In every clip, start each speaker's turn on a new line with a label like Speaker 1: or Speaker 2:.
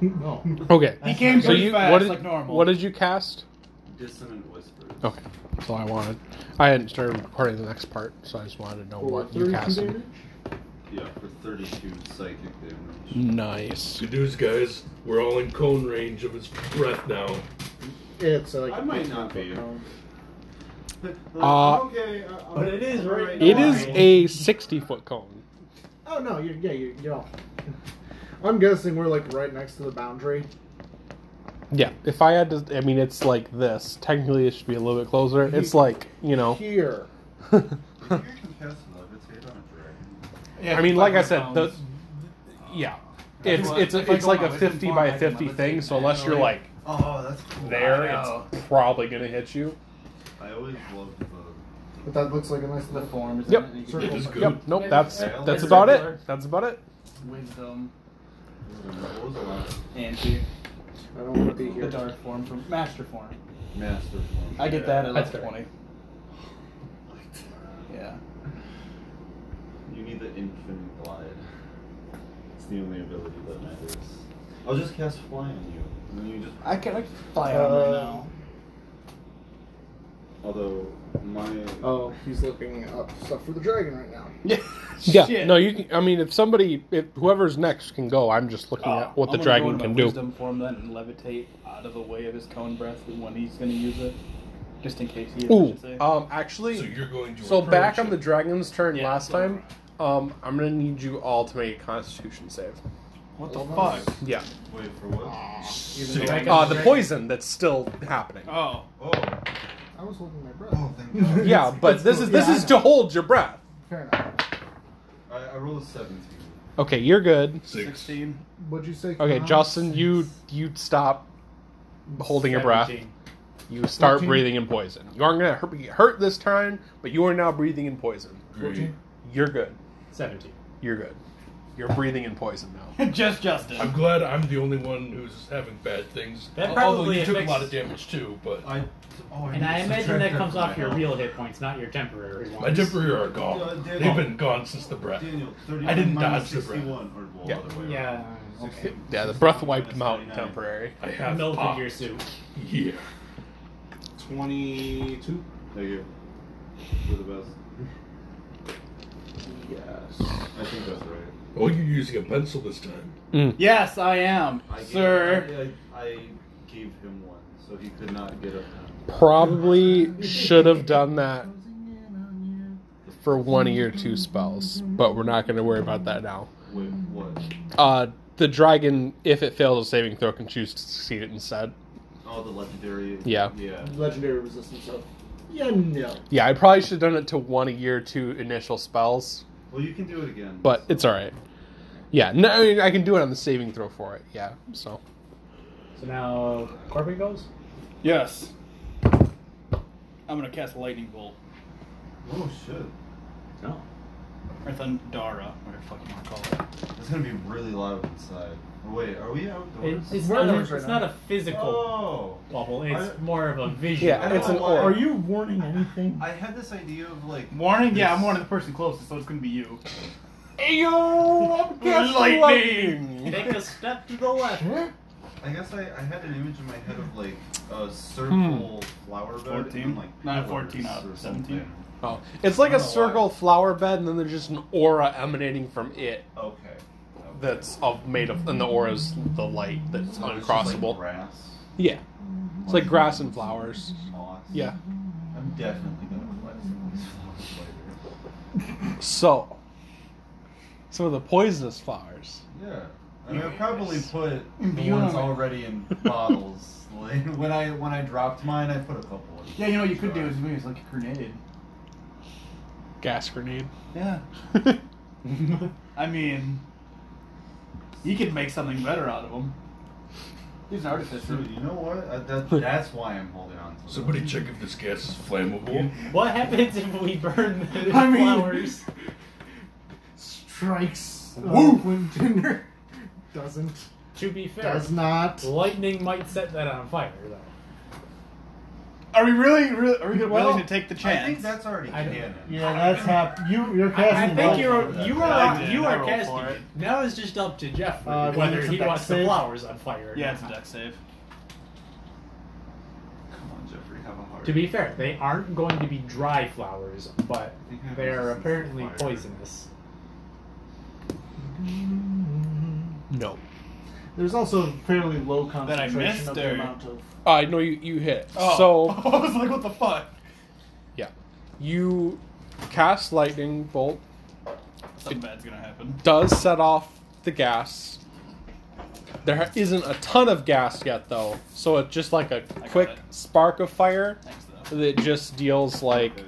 Speaker 1: No.
Speaker 2: Okay.
Speaker 1: He came
Speaker 2: So
Speaker 1: pretty
Speaker 2: you
Speaker 1: fast,
Speaker 2: what did,
Speaker 1: like normal.
Speaker 2: what did you cast?
Speaker 3: Dissonant whispers.
Speaker 2: Okay. So I wanted I hadn't started recording the next part, so I just wanted to know what you casted.
Speaker 3: Yeah, for 32 psychic
Speaker 4: Mm.
Speaker 3: damage.
Speaker 2: Nice.
Speaker 5: Good news, guys. We're all in cone range of his breath now.
Speaker 6: It's like
Speaker 3: I might not be.
Speaker 2: Uh,
Speaker 3: okay, I- I'm-
Speaker 6: but it is
Speaker 3: I'm
Speaker 6: right now.
Speaker 2: It is a sixty foot cone.
Speaker 6: Oh no, you're yeah, you're, you're all. I'm guessing we're like right next to the boundary.
Speaker 2: Yeah. If I had to I mean it's like this. Technically it should be a little bit closer. It's like, you know
Speaker 6: Here.
Speaker 4: Uh,
Speaker 3: If you can cast levitate on a dragon.
Speaker 2: I mean like I said, the yeah. It's
Speaker 4: If I-
Speaker 2: it's
Speaker 4: if
Speaker 2: a,
Speaker 4: I
Speaker 2: it's
Speaker 4: go
Speaker 2: like
Speaker 4: my
Speaker 2: a
Speaker 4: wisdom
Speaker 2: fifty
Speaker 4: farm, I
Speaker 2: by
Speaker 4: can
Speaker 2: fifty
Speaker 4: levitate
Speaker 2: thing, so unless you're
Speaker 4: manually.
Speaker 2: like
Speaker 3: Oh, that's cool.
Speaker 2: there,
Speaker 4: I know.
Speaker 2: it's probably gonna hit you.
Speaker 3: I always loved the.
Speaker 6: But that looks like a nice
Speaker 4: The
Speaker 6: little
Speaker 4: form is
Speaker 2: Yep.
Speaker 4: in it.
Speaker 6: Circle.
Speaker 5: It is
Speaker 6: Yep.
Speaker 5: good.
Speaker 2: Yep, nope, that's
Speaker 3: Yeah.
Speaker 2: that's
Speaker 3: It's
Speaker 2: about
Speaker 4: regular.
Speaker 2: it. That's about it.
Speaker 4: Wisdom,
Speaker 3: What was the last
Speaker 4: anti,
Speaker 6: I don't want to be
Speaker 4: the
Speaker 6: here.
Speaker 4: dark form from master form.
Speaker 3: master form?
Speaker 4: I get that at
Speaker 2: That's
Speaker 4: level
Speaker 2: fair.
Speaker 4: twenty. Yeah.
Speaker 3: You need the infinite glide. It's the only ability that matters. I'll just cast fly on you, and then you just.
Speaker 4: I can I can fly on right
Speaker 6: Uh,
Speaker 4: now.
Speaker 3: Although my.
Speaker 6: Oh, he's looking up stuff for the dragon right now.
Speaker 4: Yeah.
Speaker 2: Yeah, no, you. Can, I mean, if somebody, if whoever's next can go, I'm just looking
Speaker 4: Uh,
Speaker 2: at what the dragon can do.
Speaker 4: Wisdom form then and levitate out of the way of his cone breath when he's going to use it, just in case he. Is, I
Speaker 2: Ooh,
Speaker 4: should say.
Speaker 2: um,
Speaker 5: So
Speaker 2: actually, so,
Speaker 5: you're going to.
Speaker 2: back
Speaker 5: approach
Speaker 2: on the
Speaker 5: it.
Speaker 2: dragon's turn
Speaker 4: Yeah,
Speaker 2: last
Speaker 4: so-
Speaker 2: time, um, I'm gonna need you all to make a Constitution save.
Speaker 4: what the
Speaker 6: Almost.
Speaker 4: fuck?
Speaker 2: Yeah,
Speaker 3: Wait for what?
Speaker 4: Even though I
Speaker 2: uh,
Speaker 4: got
Speaker 2: the poison that's still happening.
Speaker 4: Oh.
Speaker 3: Oh.
Speaker 6: I was holding my breath.
Speaker 3: Oh, thank God.
Speaker 2: yeah, but this is this is to hold your breath.
Speaker 6: Fair enough.
Speaker 3: I, I rolled a 17.
Speaker 2: Okay, you're good.
Speaker 5: Six.
Speaker 4: Sixteen.
Speaker 6: What'd you say?
Speaker 2: Okay,
Speaker 4: Uh-huh.
Speaker 6: Con?
Speaker 2: Justin, you you stop holding your breath.
Speaker 4: Seventeen.
Speaker 2: You start
Speaker 6: Fourteen.
Speaker 2: breathing in poison. You aren't gonna hurt, be hurt this time, but you are now breathing in poison.
Speaker 5: Great.
Speaker 2: You're good.
Speaker 4: Seventeen.
Speaker 2: You're good. You're breathing in poison now.
Speaker 4: just Justin.
Speaker 5: I'm glad I'm the only one who's having bad things.
Speaker 7: That
Speaker 5: Al- Although
Speaker 7: probably
Speaker 5: you took a
Speaker 7: affects-
Speaker 5: lot of damage too, but
Speaker 3: I. Oh, I
Speaker 7: And I
Speaker 3: need to
Speaker 7: imagine
Speaker 3: subtract
Speaker 7: that
Speaker 3: that
Speaker 7: comes
Speaker 3: from
Speaker 7: off
Speaker 3: my
Speaker 7: your
Speaker 3: health.
Speaker 7: real hit points, not your temporary
Speaker 5: my
Speaker 7: ones.
Speaker 5: temporary are gone.
Speaker 3: Yeah, Daniel-
Speaker 5: They've been gone since the breath.
Speaker 3: Daniel, 31
Speaker 5: I didn't
Speaker 3: minus
Speaker 5: dodge the breath.
Speaker 3: 61, or, well,
Speaker 2: Yeah.
Speaker 3: other way around.
Speaker 7: Yeah. Okay.
Speaker 3: 61
Speaker 2: Yeah, the breath wiped
Speaker 3: minus
Speaker 2: him out
Speaker 3: 39.
Speaker 2: temporary.
Speaker 5: I have
Speaker 7: Milk
Speaker 5: popped.
Speaker 7: in your soup.
Speaker 5: Yeah.
Speaker 6: 22.
Speaker 3: Thank you. You're the best.
Speaker 6: Yes.
Speaker 3: I think that's right.
Speaker 5: Oh, you're using a pencil this time.
Speaker 2: Mm.
Speaker 4: Yes, I am,
Speaker 3: I gave,
Speaker 4: sir.
Speaker 3: I, I, I gave him one, so he could not get up.
Speaker 2: Probably should have done that for one of your two spells, but we're not gonna worry about that now.
Speaker 3: Wait, what?
Speaker 2: Uh, the dragon, if it fails a saving throw, can choose to succeed it instead.
Speaker 3: Oh, the legendary.
Speaker 2: Yeah.
Speaker 3: Yeah.
Speaker 6: Legendary resistance of. Yeah, no.
Speaker 2: Yeah, I probably should have done it to one of your two initial spells,
Speaker 3: Well, you can do it again.
Speaker 2: but
Speaker 3: so-
Speaker 2: it's all right. Yeah, no, I, mean, I can do it on the saving throw for it. Yeah, so
Speaker 7: So now Corbin goes.
Speaker 4: Yes. I'm gonna cast lightning bolt.
Speaker 3: Oh shit!
Speaker 7: No.
Speaker 4: Or Thundara, whatever the fuck you wanna call it.
Speaker 3: It's gonna be really loud inside. Oh, wait, are we
Speaker 7: It,
Speaker 3: outdoors?
Speaker 7: it's
Speaker 6: We're
Speaker 7: not a,
Speaker 6: nervous right
Speaker 7: it's
Speaker 6: now.
Speaker 7: not a physical
Speaker 3: Oh.
Speaker 7: bubble. It's
Speaker 3: I-
Speaker 7: more of a visual.
Speaker 2: Yeah, it's an
Speaker 3: Oh,
Speaker 2: orb.
Speaker 6: Are you warning anything?
Speaker 3: I had this idea of like.
Speaker 4: Warning? Yeah, I'm
Speaker 3: this-
Speaker 4: one of the person closest, so it's gonna be you.
Speaker 2: Ayo!
Speaker 7: Take a step to the left.
Speaker 6: Huh?
Speaker 3: I guess I, I had an image in my head of like
Speaker 4: Hmm.
Speaker 3: a circle flower bed.
Speaker 4: 14?
Speaker 3: and, like
Speaker 4: Not a
Speaker 3: pillars
Speaker 4: 14, uh,
Speaker 3: or
Speaker 4: 17.
Speaker 3: something.
Speaker 2: Oh, it's like
Speaker 3: I
Speaker 2: a
Speaker 3: don't know
Speaker 2: circle
Speaker 3: why.
Speaker 2: flower bed, and then there's just an aura emanating from it
Speaker 3: Okay.
Speaker 2: that's of made of, and the aura is the light that's
Speaker 3: So Oh, it's just, like,
Speaker 2: uncrossable.
Speaker 3: grass,
Speaker 2: yeah, it's like grass and flowers.
Speaker 3: moss.
Speaker 2: Yeah.
Speaker 3: I'm definitely gonna collect some of these flowers later.
Speaker 2: So, some of the poisonous flowers.
Speaker 3: Yeah. I mean, I probably put the
Speaker 4: You
Speaker 3: ones
Speaker 4: know-
Speaker 3: already in bottles. like, when I when I dropped mine, I put a couple. In
Speaker 4: Yeah, you know what you could do is maybe it's like a grenade.
Speaker 2: Gas grenade.
Speaker 4: Yeah. I mean, you could make something better out of them. He's an artificer.
Speaker 3: Dude, you know what? I, that, that's why I'm holding on to. them.
Speaker 5: Somebody check if this gas is flammable.
Speaker 7: What happens if we burn the
Speaker 4: I mean-
Speaker 7: flowers?
Speaker 6: Strikes. uh,
Speaker 5: Woo!
Speaker 6: Quintinder. Doesn't.
Speaker 7: To be fair,
Speaker 6: Does not.
Speaker 7: lightning might set that on fire though.
Speaker 4: Are we really, really are we
Speaker 6: Well,
Speaker 4: willing to take the chance?
Speaker 3: I think that's already
Speaker 7: I
Speaker 3: good.
Speaker 7: did.
Speaker 6: Yeah, that's happened. You, you're
Speaker 7: I, I
Speaker 6: casting.
Speaker 7: think
Speaker 6: votes for
Speaker 7: you're
Speaker 6: that.
Speaker 7: you
Speaker 4: I
Speaker 7: are
Speaker 4: did.
Speaker 7: you
Speaker 4: I
Speaker 7: are
Speaker 4: rolled
Speaker 7: casting
Speaker 4: for it.
Speaker 7: it. Now it's just up to Jeffrey
Speaker 6: Uh,
Speaker 7: whether
Speaker 6: it's a
Speaker 7: he
Speaker 6: deck
Speaker 7: wants the
Speaker 6: save.
Speaker 7: flowers on fire. Or
Speaker 4: yeah, it's a
Speaker 7: not.
Speaker 4: deck save.
Speaker 3: Come on, Jeffrey, have a heart.
Speaker 7: To be fair, they aren't going to be dry flowers, but
Speaker 3: think I have
Speaker 7: they are
Speaker 3: resistance to
Speaker 7: apparently
Speaker 3: fire.
Speaker 7: poisonous.
Speaker 2: No.
Speaker 6: There's also a fairly low concentration
Speaker 4: missed,
Speaker 6: of the
Speaker 4: or-
Speaker 6: amount of.
Speaker 2: I know Uh, you, you hit.
Speaker 3: Oh.
Speaker 2: So,
Speaker 4: Oh. I was like, what the fuck?
Speaker 2: yeah. You cast lightning bolt,
Speaker 4: Something bad's gonna happen.
Speaker 2: does set off the gas. There ha- isn't a ton of gas yet, though, so it's just like a
Speaker 4: got
Speaker 2: quick
Speaker 4: it.
Speaker 2: spark of fire
Speaker 4: Thanks though.
Speaker 2: that just deals like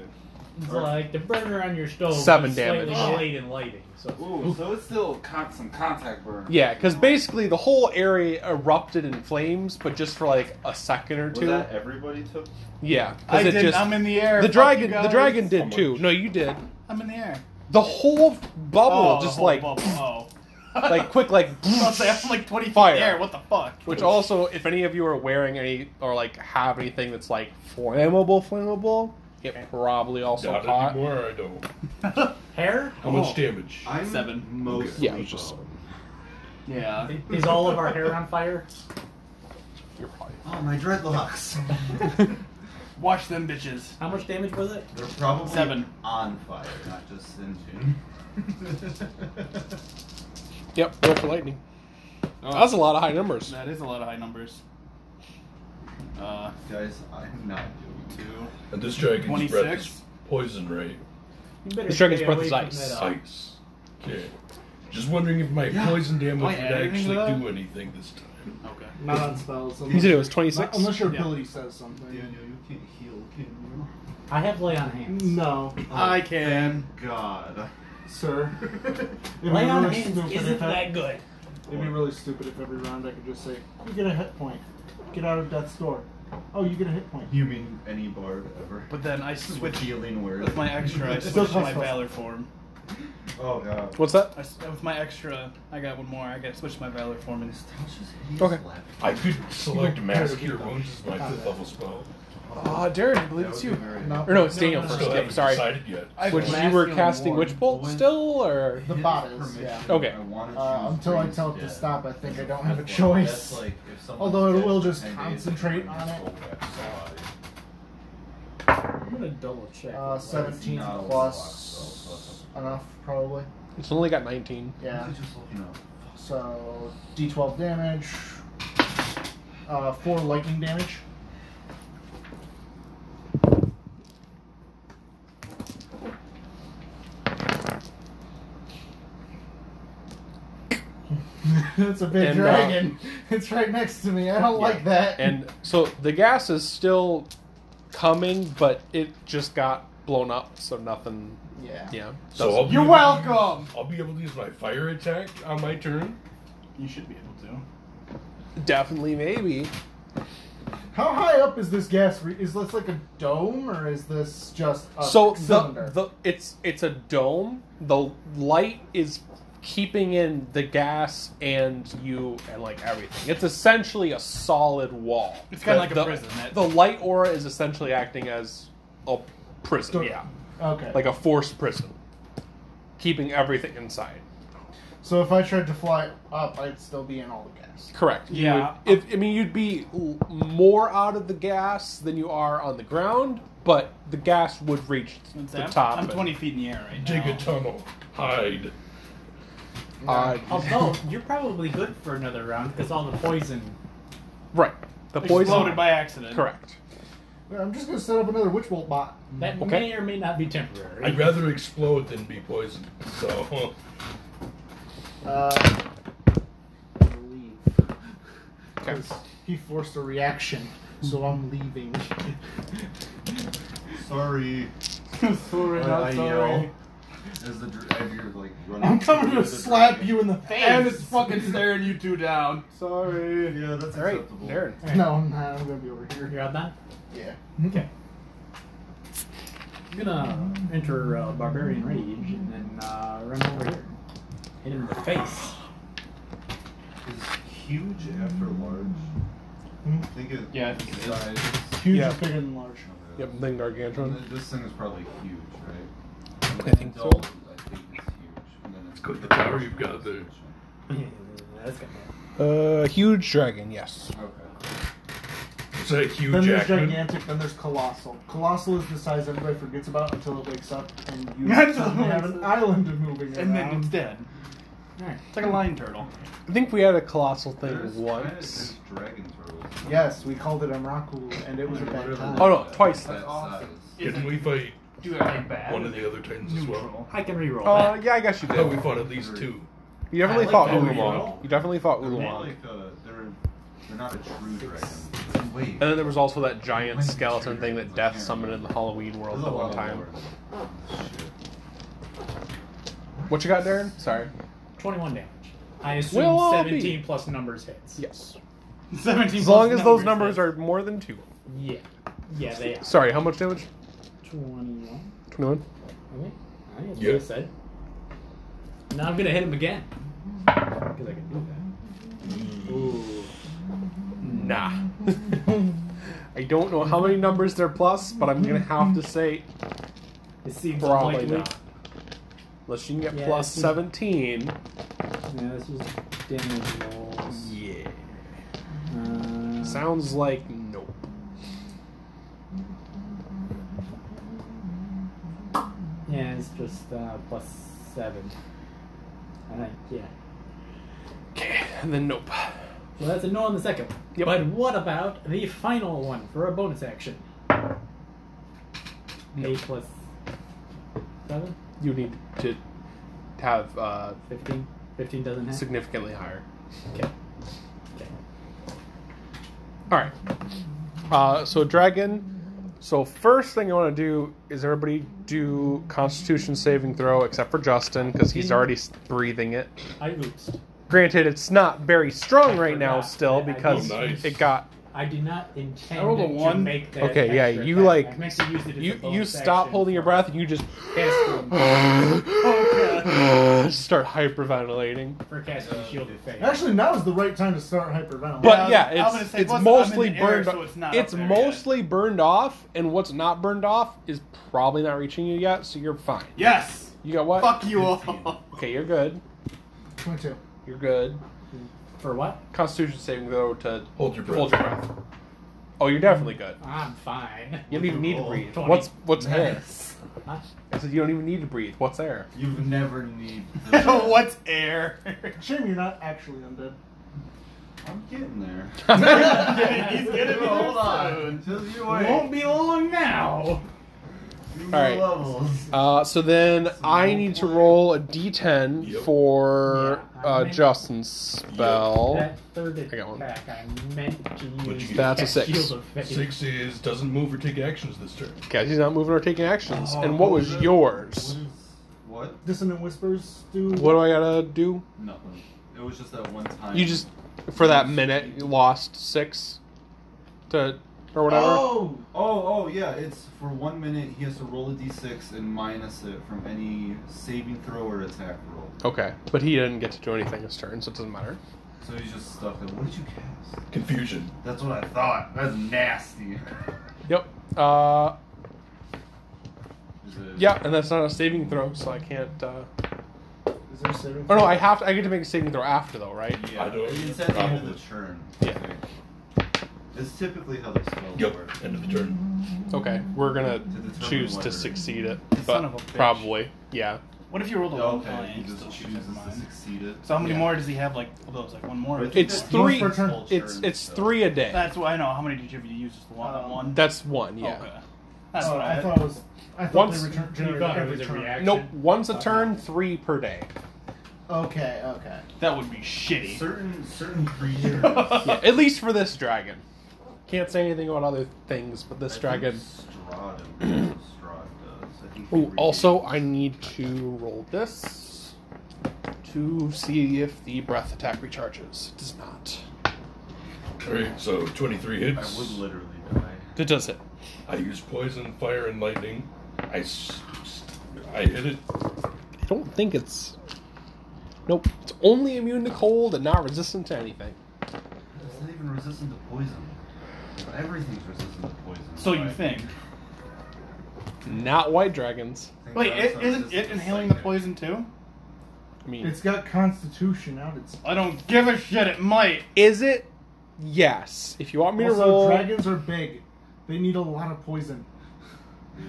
Speaker 7: It's like the burner on your stove.
Speaker 2: Seven
Speaker 7: is slightly
Speaker 2: damage.
Speaker 7: delayed in lighting, so
Speaker 3: Ooh, so it's still con- some contact burn.
Speaker 2: yeah, because basically the whole area erupted in flames, but just for like a second or
Speaker 3: Was
Speaker 2: two.
Speaker 3: that everybody took?
Speaker 2: Yeah,
Speaker 4: I
Speaker 2: because it
Speaker 4: did.
Speaker 2: just
Speaker 4: I'm in the air.
Speaker 2: the
Speaker 4: Fuck
Speaker 2: dragon
Speaker 4: you guys.
Speaker 2: the dragon
Speaker 3: How
Speaker 2: did
Speaker 3: much?
Speaker 2: too. No, you did.
Speaker 4: I'm in the air.
Speaker 2: The whole bubble
Speaker 4: oh, the
Speaker 2: just
Speaker 4: whole
Speaker 2: like
Speaker 4: bubble. oh.
Speaker 2: like quick like
Speaker 4: I'll say I'm like 20 feet
Speaker 2: Fire.
Speaker 4: in the air. What the fuck?
Speaker 2: Which also, if any of you are wearing any or like have anything that's like flammable, flammable, it probably also
Speaker 5: Not
Speaker 2: caught.
Speaker 5: anymore. I don't.
Speaker 7: hair Oh.
Speaker 5: How much damage?
Speaker 3: I'm
Speaker 4: Seven.
Speaker 3: Mostly
Speaker 2: Yeah, it was just-
Speaker 3: bummed.
Speaker 4: yeah.
Speaker 7: is all of our hair on fire?
Speaker 2: You're probably
Speaker 3: Oh, my dreadlocks.
Speaker 4: Watch them bitches.
Speaker 7: How much damage was it?
Speaker 3: They're probably
Speaker 4: Seven.
Speaker 3: on fire, not just in tune.
Speaker 2: yep. Roll for lightning.
Speaker 6: Oh.
Speaker 2: That's a lot of high numbers.
Speaker 4: That is a lot of high numbers. Uh,
Speaker 3: Guys, I'm not doing
Speaker 4: two,
Speaker 5: And this dragon's breath
Speaker 4: 26.
Speaker 5: is poison, right?
Speaker 7: You better
Speaker 2: The dragon's
Speaker 7: stay
Speaker 2: breath
Speaker 7: away
Speaker 2: is
Speaker 7: from
Speaker 2: ice.
Speaker 7: that, uh,
Speaker 5: Ice. Okay. Just wondering if my
Speaker 4: Yeah.
Speaker 5: poison damage
Speaker 4: Am I
Speaker 5: would
Speaker 4: adding
Speaker 5: actually
Speaker 4: to that?
Speaker 5: do anything this time.
Speaker 4: Okay.
Speaker 6: Not on spells.
Speaker 2: You said it was 26?
Speaker 6: Unless your
Speaker 4: Yeah.
Speaker 6: ability says something.
Speaker 3: Daniel, you can't heal, can
Speaker 7: I have lay on hands.
Speaker 6: No,
Speaker 3: you?
Speaker 4: I can.
Speaker 3: Oh, God.
Speaker 6: sir. It'd be
Speaker 7: Lay on
Speaker 6: really
Speaker 7: hands
Speaker 6: stupid
Speaker 7: isn't
Speaker 6: if I-
Speaker 7: that good.
Speaker 6: It'd be really stupid if every round I could just say, "You get a hit point. Get out of death's door. Oh, you get a hit point."
Speaker 3: You mean any bard ever?
Speaker 4: But then I
Speaker 3: with
Speaker 4: switch
Speaker 3: healing word.
Speaker 4: with my extra. I
Speaker 6: Still
Speaker 4: switch to
Speaker 6: costs
Speaker 4: my
Speaker 6: less.
Speaker 4: valor form.
Speaker 3: Oh, God.
Speaker 2: What's that?
Speaker 4: I s with my extra, I got one more. I got to switch to my valor form and
Speaker 3: That was just hideous
Speaker 2: Okay.
Speaker 3: laughing.
Speaker 5: I could select Mask Cure Wounds as my
Speaker 6: Combat.
Speaker 5: fifth level spell.
Speaker 2: Ah, Darren, I believe
Speaker 3: That
Speaker 2: it's
Speaker 3: would
Speaker 2: you.
Speaker 3: be very-
Speaker 6: No.
Speaker 2: Or no, it's Daniel
Speaker 6: No, no,
Speaker 2: first.
Speaker 6: no.
Speaker 5: Still
Speaker 2: Yep,
Speaker 5: haven't
Speaker 2: sorry.
Speaker 5: decided yet.
Speaker 4: I've
Speaker 2: Which you
Speaker 4: last
Speaker 2: were
Speaker 4: on
Speaker 2: casting
Speaker 4: one.
Speaker 2: Witch Bolt
Speaker 3: When-
Speaker 2: still, or
Speaker 6: The
Speaker 3: His
Speaker 6: bot is,
Speaker 3: permission,
Speaker 6: yeah.
Speaker 2: Okay.
Speaker 3: I wanna
Speaker 6: Uh,
Speaker 3: choose
Speaker 6: until I
Speaker 3: freeze
Speaker 6: tell it to
Speaker 3: death.
Speaker 6: stop, I think I don't have a
Speaker 3: That's
Speaker 6: choice.
Speaker 3: like if someone
Speaker 6: Although it
Speaker 3: said
Speaker 6: will just
Speaker 3: 10 days
Speaker 6: concentrate
Speaker 3: ago,
Speaker 6: on
Speaker 3: it's
Speaker 6: it.
Speaker 3: all back, so I-
Speaker 7: I'm gonna double check.
Speaker 6: Uh, seventeen
Speaker 3: It's not a lot, so
Speaker 6: plus
Speaker 3: it's not
Speaker 6: enough, probably.
Speaker 2: it's only got 19.
Speaker 6: Yeah.
Speaker 3: something- Just looking up.
Speaker 6: So D12 damage. Uh, four lightning damage. That's a big
Speaker 2: And, uh,
Speaker 6: dragon. it's right next to me. I don't like that.
Speaker 2: And so the gas is still coming, but it just got blown up, so nothing.
Speaker 6: yeah.
Speaker 2: Yeah.
Speaker 5: So I'll be
Speaker 4: You're
Speaker 5: able to
Speaker 4: welcome.
Speaker 5: use- I'll be able to use my fire attack on my turn.
Speaker 4: you should be able to.
Speaker 2: Definitely, maybe.
Speaker 6: How high up is this gas? Re- is this like a dome, or is this just a
Speaker 2: so
Speaker 6: cylinder?
Speaker 2: the, the it's it's a dome. The light is keeping in the gas and you and like everything. It's essentially a solid wall.
Speaker 4: It's kinda
Speaker 2: The-
Speaker 4: like a
Speaker 2: the-
Speaker 4: prison, that-
Speaker 2: The light aura is essentially acting as a prison.
Speaker 6: Don't-
Speaker 2: yeah,
Speaker 6: okay.
Speaker 2: like a forced prison, keeping everything inside.
Speaker 6: so if I tried to fly up, I'd still be in all the gas.
Speaker 2: Correct. You
Speaker 4: Yeah.
Speaker 2: would- if I mean, you'd be l- more out of the gas than you are on the ground, but the gas would reach
Speaker 4: Let's
Speaker 2: the
Speaker 4: say I'm,
Speaker 2: top.
Speaker 4: I'm
Speaker 2: and-
Speaker 4: 20 feet in the air right
Speaker 5: Dig
Speaker 4: now.
Speaker 5: a tunnel. Hide.
Speaker 2: Uh,
Speaker 7: Although Oh, you're probably good for another round because all the poison.
Speaker 2: right. The
Speaker 4: Exploded
Speaker 2: poison.
Speaker 4: by accident.
Speaker 2: Correct.
Speaker 6: I'm just gonna set up another witch bolt bot.
Speaker 7: That
Speaker 2: Okay.
Speaker 7: may or may not be temporary.
Speaker 5: I'd rather explode than be poisoned. So
Speaker 6: Uh, leave.
Speaker 2: Okay.
Speaker 6: 'Cause He forced a reaction, so I'm leaving.
Speaker 3: Sorry.
Speaker 4: sorry,
Speaker 3: I- I
Speaker 4: not sorry.
Speaker 3: yell As the dr- as you're like running.
Speaker 6: I'm coming
Speaker 3: through
Speaker 6: to
Speaker 3: the
Speaker 6: slap
Speaker 3: dragon.
Speaker 6: you in the face.
Speaker 4: And it's fucking staring you two down.
Speaker 6: Sorry.
Speaker 3: Yeah, that's
Speaker 2: All right,
Speaker 3: acceptable.
Speaker 2: Darren.
Speaker 6: No, I'm not. I'm gonna be over here.
Speaker 7: You're out that.
Speaker 6: Yeah.
Speaker 7: Okay. I'm gonna enter uh, Barbarian Rage and then uh, run over here. Hit him in the face.
Speaker 3: Is huge after large.
Speaker 6: Hmm?
Speaker 3: I think it
Speaker 4: Yeah, I think it is.
Speaker 3: size
Speaker 6: Huge
Speaker 2: Yeah.
Speaker 6: is bigger than large.
Speaker 2: Yep, then
Speaker 3: And
Speaker 2: gargantuan.
Speaker 3: th- This thing is probably huge, right?
Speaker 2: I think so.
Speaker 3: Adult, I think it's huge. And then it's
Speaker 5: Good, the power you've got there.
Speaker 7: That's good.
Speaker 2: Uh, huge dragon. Yes.
Speaker 3: Okay.
Speaker 5: Is that Hugh
Speaker 6: Then there's
Speaker 5: Jackman?
Speaker 6: gigantic, then there's colossal. Colossal is the size everybody forgets about until it wakes up and you
Speaker 4: That's
Speaker 6: suddenly
Speaker 4: what
Speaker 6: have
Speaker 4: it
Speaker 6: an
Speaker 4: is.
Speaker 6: island moving
Speaker 4: and then
Speaker 6: around.
Speaker 4: it's dead. It's like a lion turtle.
Speaker 2: I think we had a colossal thing
Speaker 3: There's kinda
Speaker 2: once.
Speaker 3: this dragon turtles.
Speaker 6: Yes, we called it Amraku, and it was a
Speaker 3: They're
Speaker 6: bad
Speaker 3: literally
Speaker 6: time.
Speaker 2: Oh, no,
Speaker 3: that-
Speaker 2: twice.
Speaker 3: that
Speaker 2: That's
Speaker 4: awesome.
Speaker 3: size.
Speaker 5: Didn't we fight
Speaker 4: Do it like bad.
Speaker 5: one of the other times as well?
Speaker 4: Neutral.
Speaker 7: I can reroll
Speaker 2: Uh,
Speaker 7: that.
Speaker 2: yeah, I guess you
Speaker 5: I thought
Speaker 2: did.
Speaker 5: we fought at least two.
Speaker 2: You definitely
Speaker 4: I like
Speaker 2: fought
Speaker 4: that
Speaker 2: Ulamog.
Speaker 4: reroll.
Speaker 2: You definitely fought
Speaker 3: They're not
Speaker 2: Ulamog.
Speaker 3: like a, they're, they're not a true dragon. Wait.
Speaker 2: And then there was also that giant skeleton thing that Death summoned in the Halloween world at one time. What you got, Darren? Sorry.
Speaker 1: 21 damage. I assume
Speaker 2: We'll all
Speaker 1: 17
Speaker 2: be-
Speaker 1: plus numbers hits.
Speaker 2: Yes.
Speaker 4: 17
Speaker 2: As
Speaker 4: plus
Speaker 2: long as those numbers
Speaker 4: numbers
Speaker 2: are more than two.
Speaker 1: Yeah. Yeah, they are.
Speaker 2: Sorry, how much damage?
Speaker 1: 21.
Speaker 2: 21.
Speaker 1: Okay. I guess
Speaker 5: Yeah.
Speaker 1: what I said. Now I'm going to hit him again. Because I can do that. Ooh.
Speaker 2: Nah. I don't know how many numbers they're plus, but I'm gonna have to say
Speaker 1: It seems
Speaker 2: probably
Speaker 1: unlikely.
Speaker 2: not. Unless you can get
Speaker 1: Yeah,
Speaker 2: plus
Speaker 1: it's-
Speaker 2: 17.
Speaker 7: Yeah, this is damage rolls.
Speaker 2: Yeah.
Speaker 7: Uh,
Speaker 2: Sounds like nope.
Speaker 7: Yeah, it's just uh, plus seven. I think, yeah.
Speaker 2: Okay, and then nope.
Speaker 1: So that's a no on the second one.
Speaker 2: Yep.
Speaker 1: But what about the final one for a bonus action?
Speaker 2: Nope.
Speaker 1: 8 plus 7?
Speaker 2: You need to have uh,
Speaker 1: 15? 15 doesn't hit?
Speaker 2: significantly higher.
Speaker 1: Okay. Okay.
Speaker 2: All right. Uh, so dragon. So first thing I want to do is everybody do Constitution saving throw, except for Justin because
Speaker 1: Mm-hmm.
Speaker 2: he's already s- breathing it.
Speaker 1: I oopsed.
Speaker 2: Granted, it's not very strong
Speaker 1: I
Speaker 2: right now
Speaker 1: forgot. I-
Speaker 2: still
Speaker 1: I
Speaker 2: because
Speaker 5: didn't- Oh, nice.
Speaker 2: it got
Speaker 1: I did not intend
Speaker 4: I rolled a
Speaker 1: to
Speaker 4: one.
Speaker 1: make that.
Speaker 2: okay. Yeah,
Speaker 1: extra
Speaker 2: you
Speaker 1: attack.
Speaker 2: like
Speaker 1: I meant to use it as a
Speaker 2: you you
Speaker 1: bonus
Speaker 2: stop
Speaker 1: action
Speaker 2: holding your
Speaker 1: for-
Speaker 2: breath and you just Oh,
Speaker 1: Casting-
Speaker 2: start hyperventilating.
Speaker 1: for casting
Speaker 4: Oh.
Speaker 1: Shield of Faith.
Speaker 6: Actually, now is the right time to start hyperventilating.
Speaker 2: But
Speaker 4: Yeah,
Speaker 2: yeah,
Speaker 4: I was- I was gonna
Speaker 2: it's,
Speaker 4: say,
Speaker 2: it's
Speaker 4: plus I'm in
Speaker 2: mostly
Speaker 4: the air,
Speaker 2: burned.
Speaker 4: so
Speaker 2: off-
Speaker 4: it's not up
Speaker 2: it's
Speaker 4: there yet.
Speaker 2: mostly burned off, and what's not burned off is probably not reaching you yet, so you're fine.
Speaker 4: Yes!
Speaker 2: You got what?
Speaker 4: Fuck you all!
Speaker 2: Okay, you're good.
Speaker 6: 22.
Speaker 2: You're good.
Speaker 1: For what?
Speaker 2: Constitution saving throw to
Speaker 5: Hold your breath.
Speaker 2: hold your breath. Oh, you're definitely good.
Speaker 1: I'm fine.
Speaker 2: You don't even need to
Speaker 3: Roll.
Speaker 2: breathe.
Speaker 1: 20.
Speaker 2: What's what's air?
Speaker 1: Huh?
Speaker 2: I said you don't even need to breathe. What's air?
Speaker 3: You've never need.
Speaker 4: What's air?
Speaker 6: Shame you're not actually undead.
Speaker 3: I'm getting there.
Speaker 4: He's gonna be there
Speaker 3: Hold on.
Speaker 4: soon.
Speaker 3: Until you
Speaker 4: Won't
Speaker 3: wait.
Speaker 4: be long now.
Speaker 3: Two
Speaker 2: All right.
Speaker 3: levels.
Speaker 2: Uh, so then I
Speaker 3: no
Speaker 2: need to
Speaker 3: point.
Speaker 2: roll a d10
Speaker 5: Yep.
Speaker 2: for
Speaker 1: Yeah, I
Speaker 2: uh,
Speaker 1: meant-
Speaker 2: Justin's spell.
Speaker 1: That third
Speaker 2: I got one.
Speaker 1: attack I meant to
Speaker 5: you
Speaker 1: use.
Speaker 5: get?
Speaker 2: That's a
Speaker 1: cast
Speaker 2: six.
Speaker 1: Shield of Faith.
Speaker 5: Six is doesn't move or take actions this turn.
Speaker 2: Okay, he's not moving or taking actions.
Speaker 3: Oh,
Speaker 2: and what was
Speaker 3: shit.
Speaker 2: yours?
Speaker 3: What is. What?
Speaker 6: Dissonant Whispers do.
Speaker 2: What do I gotta do?
Speaker 3: Nothing. It was just that one time.
Speaker 2: You just for that minute you lost six to or whatever.
Speaker 3: Oh! Oh, oh, yeah. It's for one minute, he has to roll a d6 and minus it from any saving throw or attack roll.
Speaker 2: Okay, but he didn't get to do anything this turn, so it doesn't matter.
Speaker 3: So he's just stuck there. What did you cast?
Speaker 5: Confusion.
Speaker 3: That's what I thought. That's nasty.
Speaker 2: Yep. Uh,
Speaker 3: Is it-
Speaker 2: yeah, and that's not a saving throw, so I can't. Uh...
Speaker 6: Is there a saving
Speaker 2: Oh no,
Speaker 6: throw?
Speaker 2: I have. To, I get to make a saving throw after though, right?
Speaker 3: Yeah,
Speaker 5: I don't-
Speaker 3: it's at the end of the
Speaker 5: probably.
Speaker 3: turn.
Speaker 2: Yeah.
Speaker 3: It's typically how the spells
Speaker 5: Yep.
Speaker 3: work.
Speaker 5: End of the turn.
Speaker 2: Okay, we're gonna
Speaker 3: determine
Speaker 2: choose
Speaker 3: whether-
Speaker 2: to succeed it,
Speaker 4: Son of
Speaker 2: but
Speaker 4: a bitch.
Speaker 2: probably yeah.
Speaker 4: What if you rolled a one? Oh,
Speaker 3: Okay,
Speaker 4: yeah,
Speaker 3: he
Speaker 4: you can
Speaker 3: just
Speaker 4: still shoot
Speaker 3: chooses
Speaker 4: him,
Speaker 3: to
Speaker 4: mine.
Speaker 3: succeed it.
Speaker 4: So how many
Speaker 2: Yeah.
Speaker 4: more does he have? Like of those, like one more.
Speaker 3: But
Speaker 2: It's
Speaker 3: that's
Speaker 2: three.
Speaker 6: per turn.
Speaker 3: full
Speaker 2: It's
Speaker 3: turn,
Speaker 2: it's
Speaker 3: so-
Speaker 2: three a day.
Speaker 4: That's why I know. How many did you have to use? Just the one.
Speaker 6: Um,
Speaker 4: one.
Speaker 2: That's one. Yeah.
Speaker 4: Okay. That's
Speaker 6: Oh,
Speaker 4: what
Speaker 6: I
Speaker 4: I
Speaker 6: thought it was. I thought
Speaker 2: Once-
Speaker 6: they returned
Speaker 1: You thought it
Speaker 6: every
Speaker 1: was a
Speaker 6: turn.
Speaker 1: reaction?
Speaker 2: Nope. Once a turn, three per day.
Speaker 6: Okay, okay.
Speaker 4: That would be shitty.
Speaker 3: Certain certain creatures.
Speaker 2: Yeah, at least for this dragon. Can't say anything about other things, but this
Speaker 3: I
Speaker 2: dragon.
Speaker 3: think Strahd and Strahd does. I think he
Speaker 2: Ooh,
Speaker 3: regains-
Speaker 2: also, I need to roll this to see if the breath attack recharges. It does not.
Speaker 5: All right. So twenty-three
Speaker 3: I
Speaker 5: hits.
Speaker 3: would literally die.
Speaker 2: It does hit.
Speaker 5: I use poison, fire, and lightning. I s- s- I hit it.
Speaker 2: I don't think it's. Nope. It's only immune to cold and not resistant to anything.
Speaker 3: It's not even resistant to poison. But everything's resistant to poison.
Speaker 4: So you
Speaker 3: right?
Speaker 4: think?
Speaker 2: Not white dragons.
Speaker 3: I think
Speaker 4: Wait,
Speaker 3: that's
Speaker 4: it,
Speaker 3: not
Speaker 4: isn't
Speaker 3: resistant
Speaker 4: it
Speaker 3: to
Speaker 4: inhaling the
Speaker 3: psychic.
Speaker 4: poison too?
Speaker 2: I mean,
Speaker 6: It's got Constitution out. It's
Speaker 4: I don't give a shit. It might.
Speaker 2: is it? Yes. If you want me to
Speaker 6: also
Speaker 2: roll,
Speaker 6: dragons are big. They need a lot of poison.
Speaker 3: Yeah.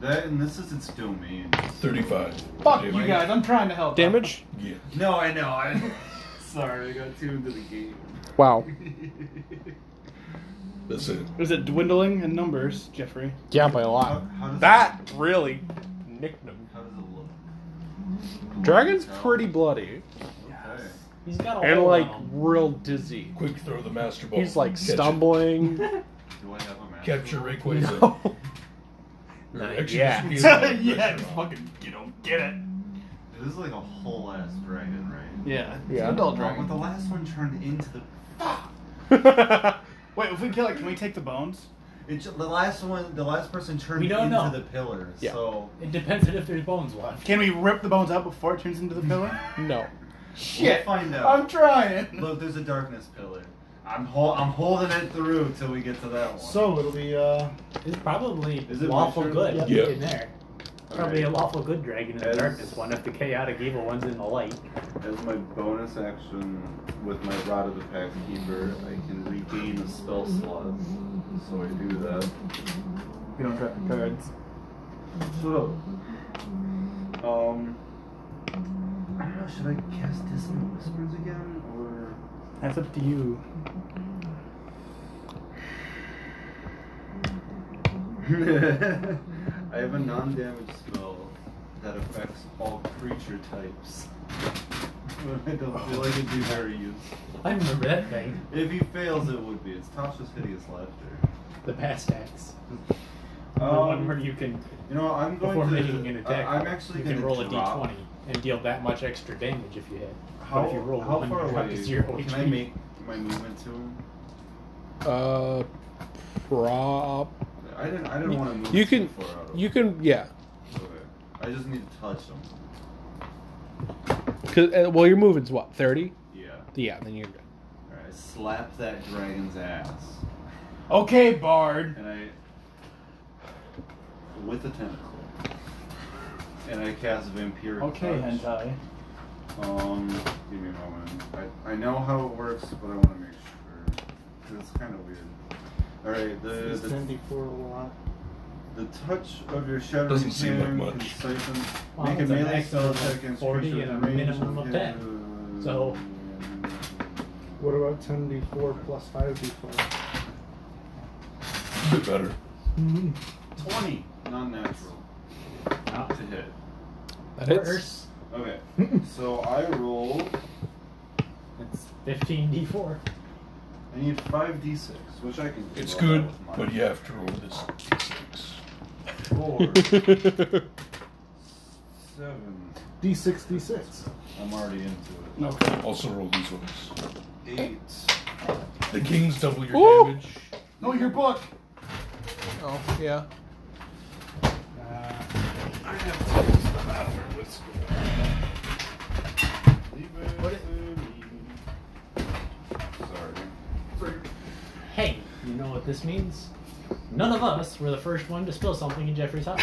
Speaker 3: That and this is its domain.
Speaker 5: 35.
Speaker 4: Fuck
Speaker 5: Damn
Speaker 4: you
Speaker 5: it.
Speaker 4: guys. I'm trying to help.
Speaker 2: damage.
Speaker 5: Yeah.
Speaker 3: No, I know. I sorry, I got too into the game.
Speaker 2: Wow.
Speaker 5: That's it.
Speaker 4: Is it dwindling in numbers, Jeffrey?
Speaker 2: Yeah, by a
Speaker 3: how,
Speaker 2: lot.
Speaker 3: how does
Speaker 2: That really nicked them.
Speaker 3: How does it look?
Speaker 2: Dragon's pretty bloody
Speaker 3: Okay.
Speaker 1: He's got a
Speaker 2: and
Speaker 1: hole
Speaker 2: like
Speaker 1: on him.
Speaker 2: real dizzy.
Speaker 5: Quick throw the master ball.
Speaker 2: He's like
Speaker 5: Catch it.
Speaker 2: stumbling.
Speaker 3: Do I have a match?
Speaker 5: Capture Rayquaza.
Speaker 2: No.
Speaker 5: Or
Speaker 2: Not
Speaker 5: actually
Speaker 2: yet.
Speaker 5: just be able to
Speaker 4: yeah,
Speaker 5: pressure
Speaker 4: just
Speaker 5: on.
Speaker 4: fucking you don't get it.
Speaker 3: This is like a whole ass dragon, right?
Speaker 4: Yeah. it's
Speaker 2: Yeah.
Speaker 4: an adult
Speaker 3: Wrong
Speaker 4: dragon.
Speaker 3: with the last one turned into the.
Speaker 4: Wait, if we kill it, can we take the bones?
Speaker 3: It, ju- the last one, the last person turned
Speaker 1: We don't
Speaker 3: into
Speaker 1: know.
Speaker 3: the pillar.
Speaker 2: Yeah.
Speaker 3: So
Speaker 1: It depends on if there's bones left.
Speaker 4: Can we rip the bones out before it turns into the pillar?
Speaker 2: no.
Speaker 3: Shit. We'll find out.
Speaker 4: I'm trying.
Speaker 3: Look, there's a darkness pillar. I'm hol- I'm holding it through till we get to that one.
Speaker 6: So it'll be uh,
Speaker 1: It's probably
Speaker 3: Is it
Speaker 1: lawful
Speaker 3: measured?
Speaker 1: good
Speaker 5: Yeah.
Speaker 1: in there. Probably a
Speaker 3: Alright.
Speaker 1: lawful good dragon in the
Speaker 3: As-
Speaker 1: darkness one if the chaotic evil one's in the light.
Speaker 3: As my bonus action with my Rod of the Pack Keeper, I can regain a spell slot. So I do that.
Speaker 7: We don't trap the cards.
Speaker 3: So, um, I don't know, should I cast Dissonant Whispers again? Or.
Speaker 4: That's up to you.
Speaker 3: I have a non damage spell that affects all creature types. But I don't feel like it'd be very useful.
Speaker 1: I remember that thing.
Speaker 3: If he fails, it would be. It's Tasha's Hideous Laughter.
Speaker 1: The past axe. The one where
Speaker 3: Um,
Speaker 1: you can,
Speaker 3: you know, I'm going
Speaker 1: before
Speaker 3: to.
Speaker 1: making an attack,
Speaker 3: I, am actually
Speaker 1: you
Speaker 3: going
Speaker 1: can
Speaker 3: to
Speaker 1: roll a
Speaker 3: drop.
Speaker 1: d20 and deal that much extra damage if you hit.
Speaker 3: How,
Speaker 1: but if you roll
Speaker 3: how
Speaker 1: one,
Speaker 3: far
Speaker 1: you're
Speaker 3: away
Speaker 1: down to zero
Speaker 3: can
Speaker 1: HP.
Speaker 3: I make my movement to him?
Speaker 2: Uh, prop.
Speaker 3: I didn't. I didn't want to move.
Speaker 2: You can.
Speaker 3: Too far out of
Speaker 2: You can. Yeah.
Speaker 3: Okay. I just need to touch him.
Speaker 2: 'Cause, uh, well, your movement's what? Thirty.
Speaker 3: Yeah.
Speaker 2: Yeah. Then you're good.
Speaker 3: All right. Slap that dragon's ass.
Speaker 4: Okay, Bard.
Speaker 3: and I with a tentacle, and I cast vampiric.
Speaker 4: Okay,
Speaker 3: touch.
Speaker 4: hentai.
Speaker 3: Um, give me a moment. I, I know how it works, but I want to make sure. 'Cause It's kind of weird. All right,
Speaker 6: it's
Speaker 3: the, the
Speaker 6: 94 a lot.
Speaker 3: the touch of your shattering
Speaker 5: Doesn't seem like
Speaker 3: hand
Speaker 5: much.
Speaker 3: can siphon.
Speaker 1: Well,
Speaker 3: make a
Speaker 1: it's a
Speaker 3: melee
Speaker 1: maximum
Speaker 3: spell
Speaker 1: of
Speaker 3: attack against
Speaker 1: 40
Speaker 3: creatures
Speaker 1: and a
Speaker 3: within range
Speaker 1: minimum of 10. So-
Speaker 6: What about 10d4 plus 5d4?
Speaker 5: A bit better.
Speaker 6: Mm-hmm.
Speaker 3: Twenty, not natural
Speaker 1: Ah,
Speaker 3: to hit.
Speaker 2: That is.
Speaker 1: worse.
Speaker 3: Okay, so I roll.
Speaker 1: It's 15d4.
Speaker 3: I need five d6, which I can.
Speaker 5: It's
Speaker 3: roll
Speaker 5: good,
Speaker 3: with my-
Speaker 5: but you have to roll this d6.
Speaker 3: Four, seven.
Speaker 6: D6, d6.
Speaker 3: I'm already into it.
Speaker 4: Okay.
Speaker 5: Also roll these ones.
Speaker 3: Eight.
Speaker 5: The kings double your
Speaker 2: Ooh.
Speaker 5: damage.
Speaker 4: No, your book.
Speaker 2: oh yeah.
Speaker 3: I have to use the bathroom. Let's go. Leave it to me. Sorry.
Speaker 1: Hey, you know what this means? None of us were the first one to spill something in Jeffrey's house.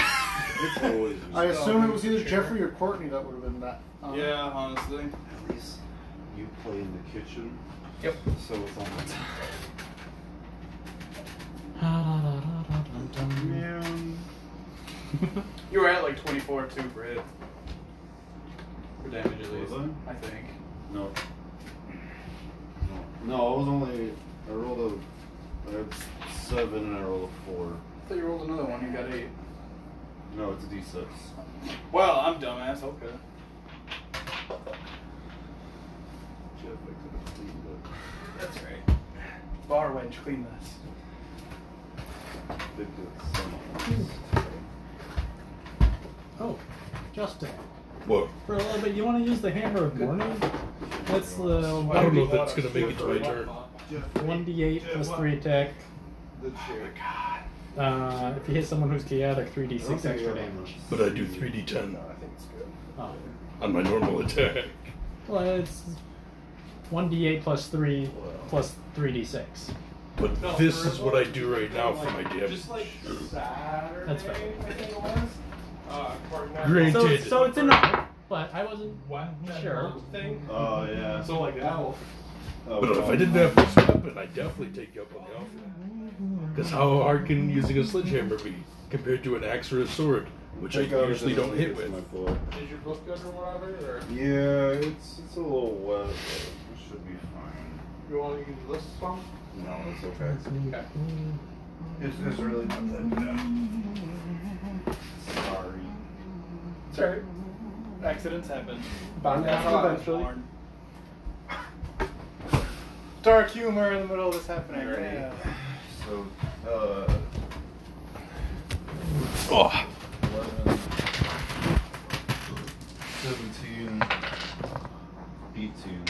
Speaker 3: It's always.
Speaker 6: I assume it was either Jeffrey or Courtney that would have been that. Um,
Speaker 4: honestly.
Speaker 3: At least you play in the kitchen,
Speaker 4: Yep.
Speaker 3: so it's on the Man.
Speaker 4: You were at like 24 too for hit. For damage at
Speaker 3: least, Was I?
Speaker 4: think.
Speaker 3: No. No. No, I was only. I rolled a. I had seven and I rolled a
Speaker 4: I
Speaker 3: four.
Speaker 4: thought you rolled another one. You got eight.
Speaker 3: No, it's a d6.
Speaker 4: Well, I'm dumbass. Okay. That's right. Bar wench, clean this.
Speaker 1: Oh, Justin,
Speaker 5: What?
Speaker 1: for a little bit, you want to use the hammer of warning? That's the
Speaker 5: I don't know if that's going to make it to my turn.
Speaker 1: 1d8 plus 3 attack. Uh, if you hit someone who's chaotic, 3d6 extra damage.
Speaker 5: But I do 3d10
Speaker 3: think it's good.
Speaker 1: Oh.
Speaker 5: on my normal attack.
Speaker 1: Well, it's 1d8 plus 3 plus 3d6.
Speaker 5: But this is what I do right now for my damage.
Speaker 8: Just like Saturday,
Speaker 1: That's fine.
Speaker 8: I think it was. Uh, Cornell-
Speaker 5: Great.
Speaker 1: So,
Speaker 5: did.
Speaker 1: so it's enough. But I wasn't.
Speaker 8: Wow, that
Speaker 1: Sure.
Speaker 8: burp Thing.
Speaker 3: Oh yeah.
Speaker 8: So like that will
Speaker 3: Oh,
Speaker 5: But if I
Speaker 3: well.
Speaker 5: didn't have this weapon, I'd definitely take you up on the offer. Because how hard can using a sledgehammer be compared to an axe or a sword, which I
Speaker 3: think was
Speaker 5: usually
Speaker 3: gonna
Speaker 5: don't
Speaker 3: leave
Speaker 5: hit
Speaker 3: this in
Speaker 5: with?
Speaker 3: my book.
Speaker 8: Is your book good or whatever? Or
Speaker 3: Yeah, it's it's a little wet. But it should be fine.
Speaker 8: you want to use this one?
Speaker 3: No, it's okay.
Speaker 8: Okay.
Speaker 3: It's, it's really not that bad. Sorry.
Speaker 8: Sorry. Accidents happen.
Speaker 4: That's
Speaker 8: how I was
Speaker 4: eventually.
Speaker 8: born.
Speaker 4: Dark humor in the middle of this happening.
Speaker 3: Alrighty.
Speaker 4: Yeah.
Speaker 3: So, uh,
Speaker 5: Oh,
Speaker 3: 11, 17, 18.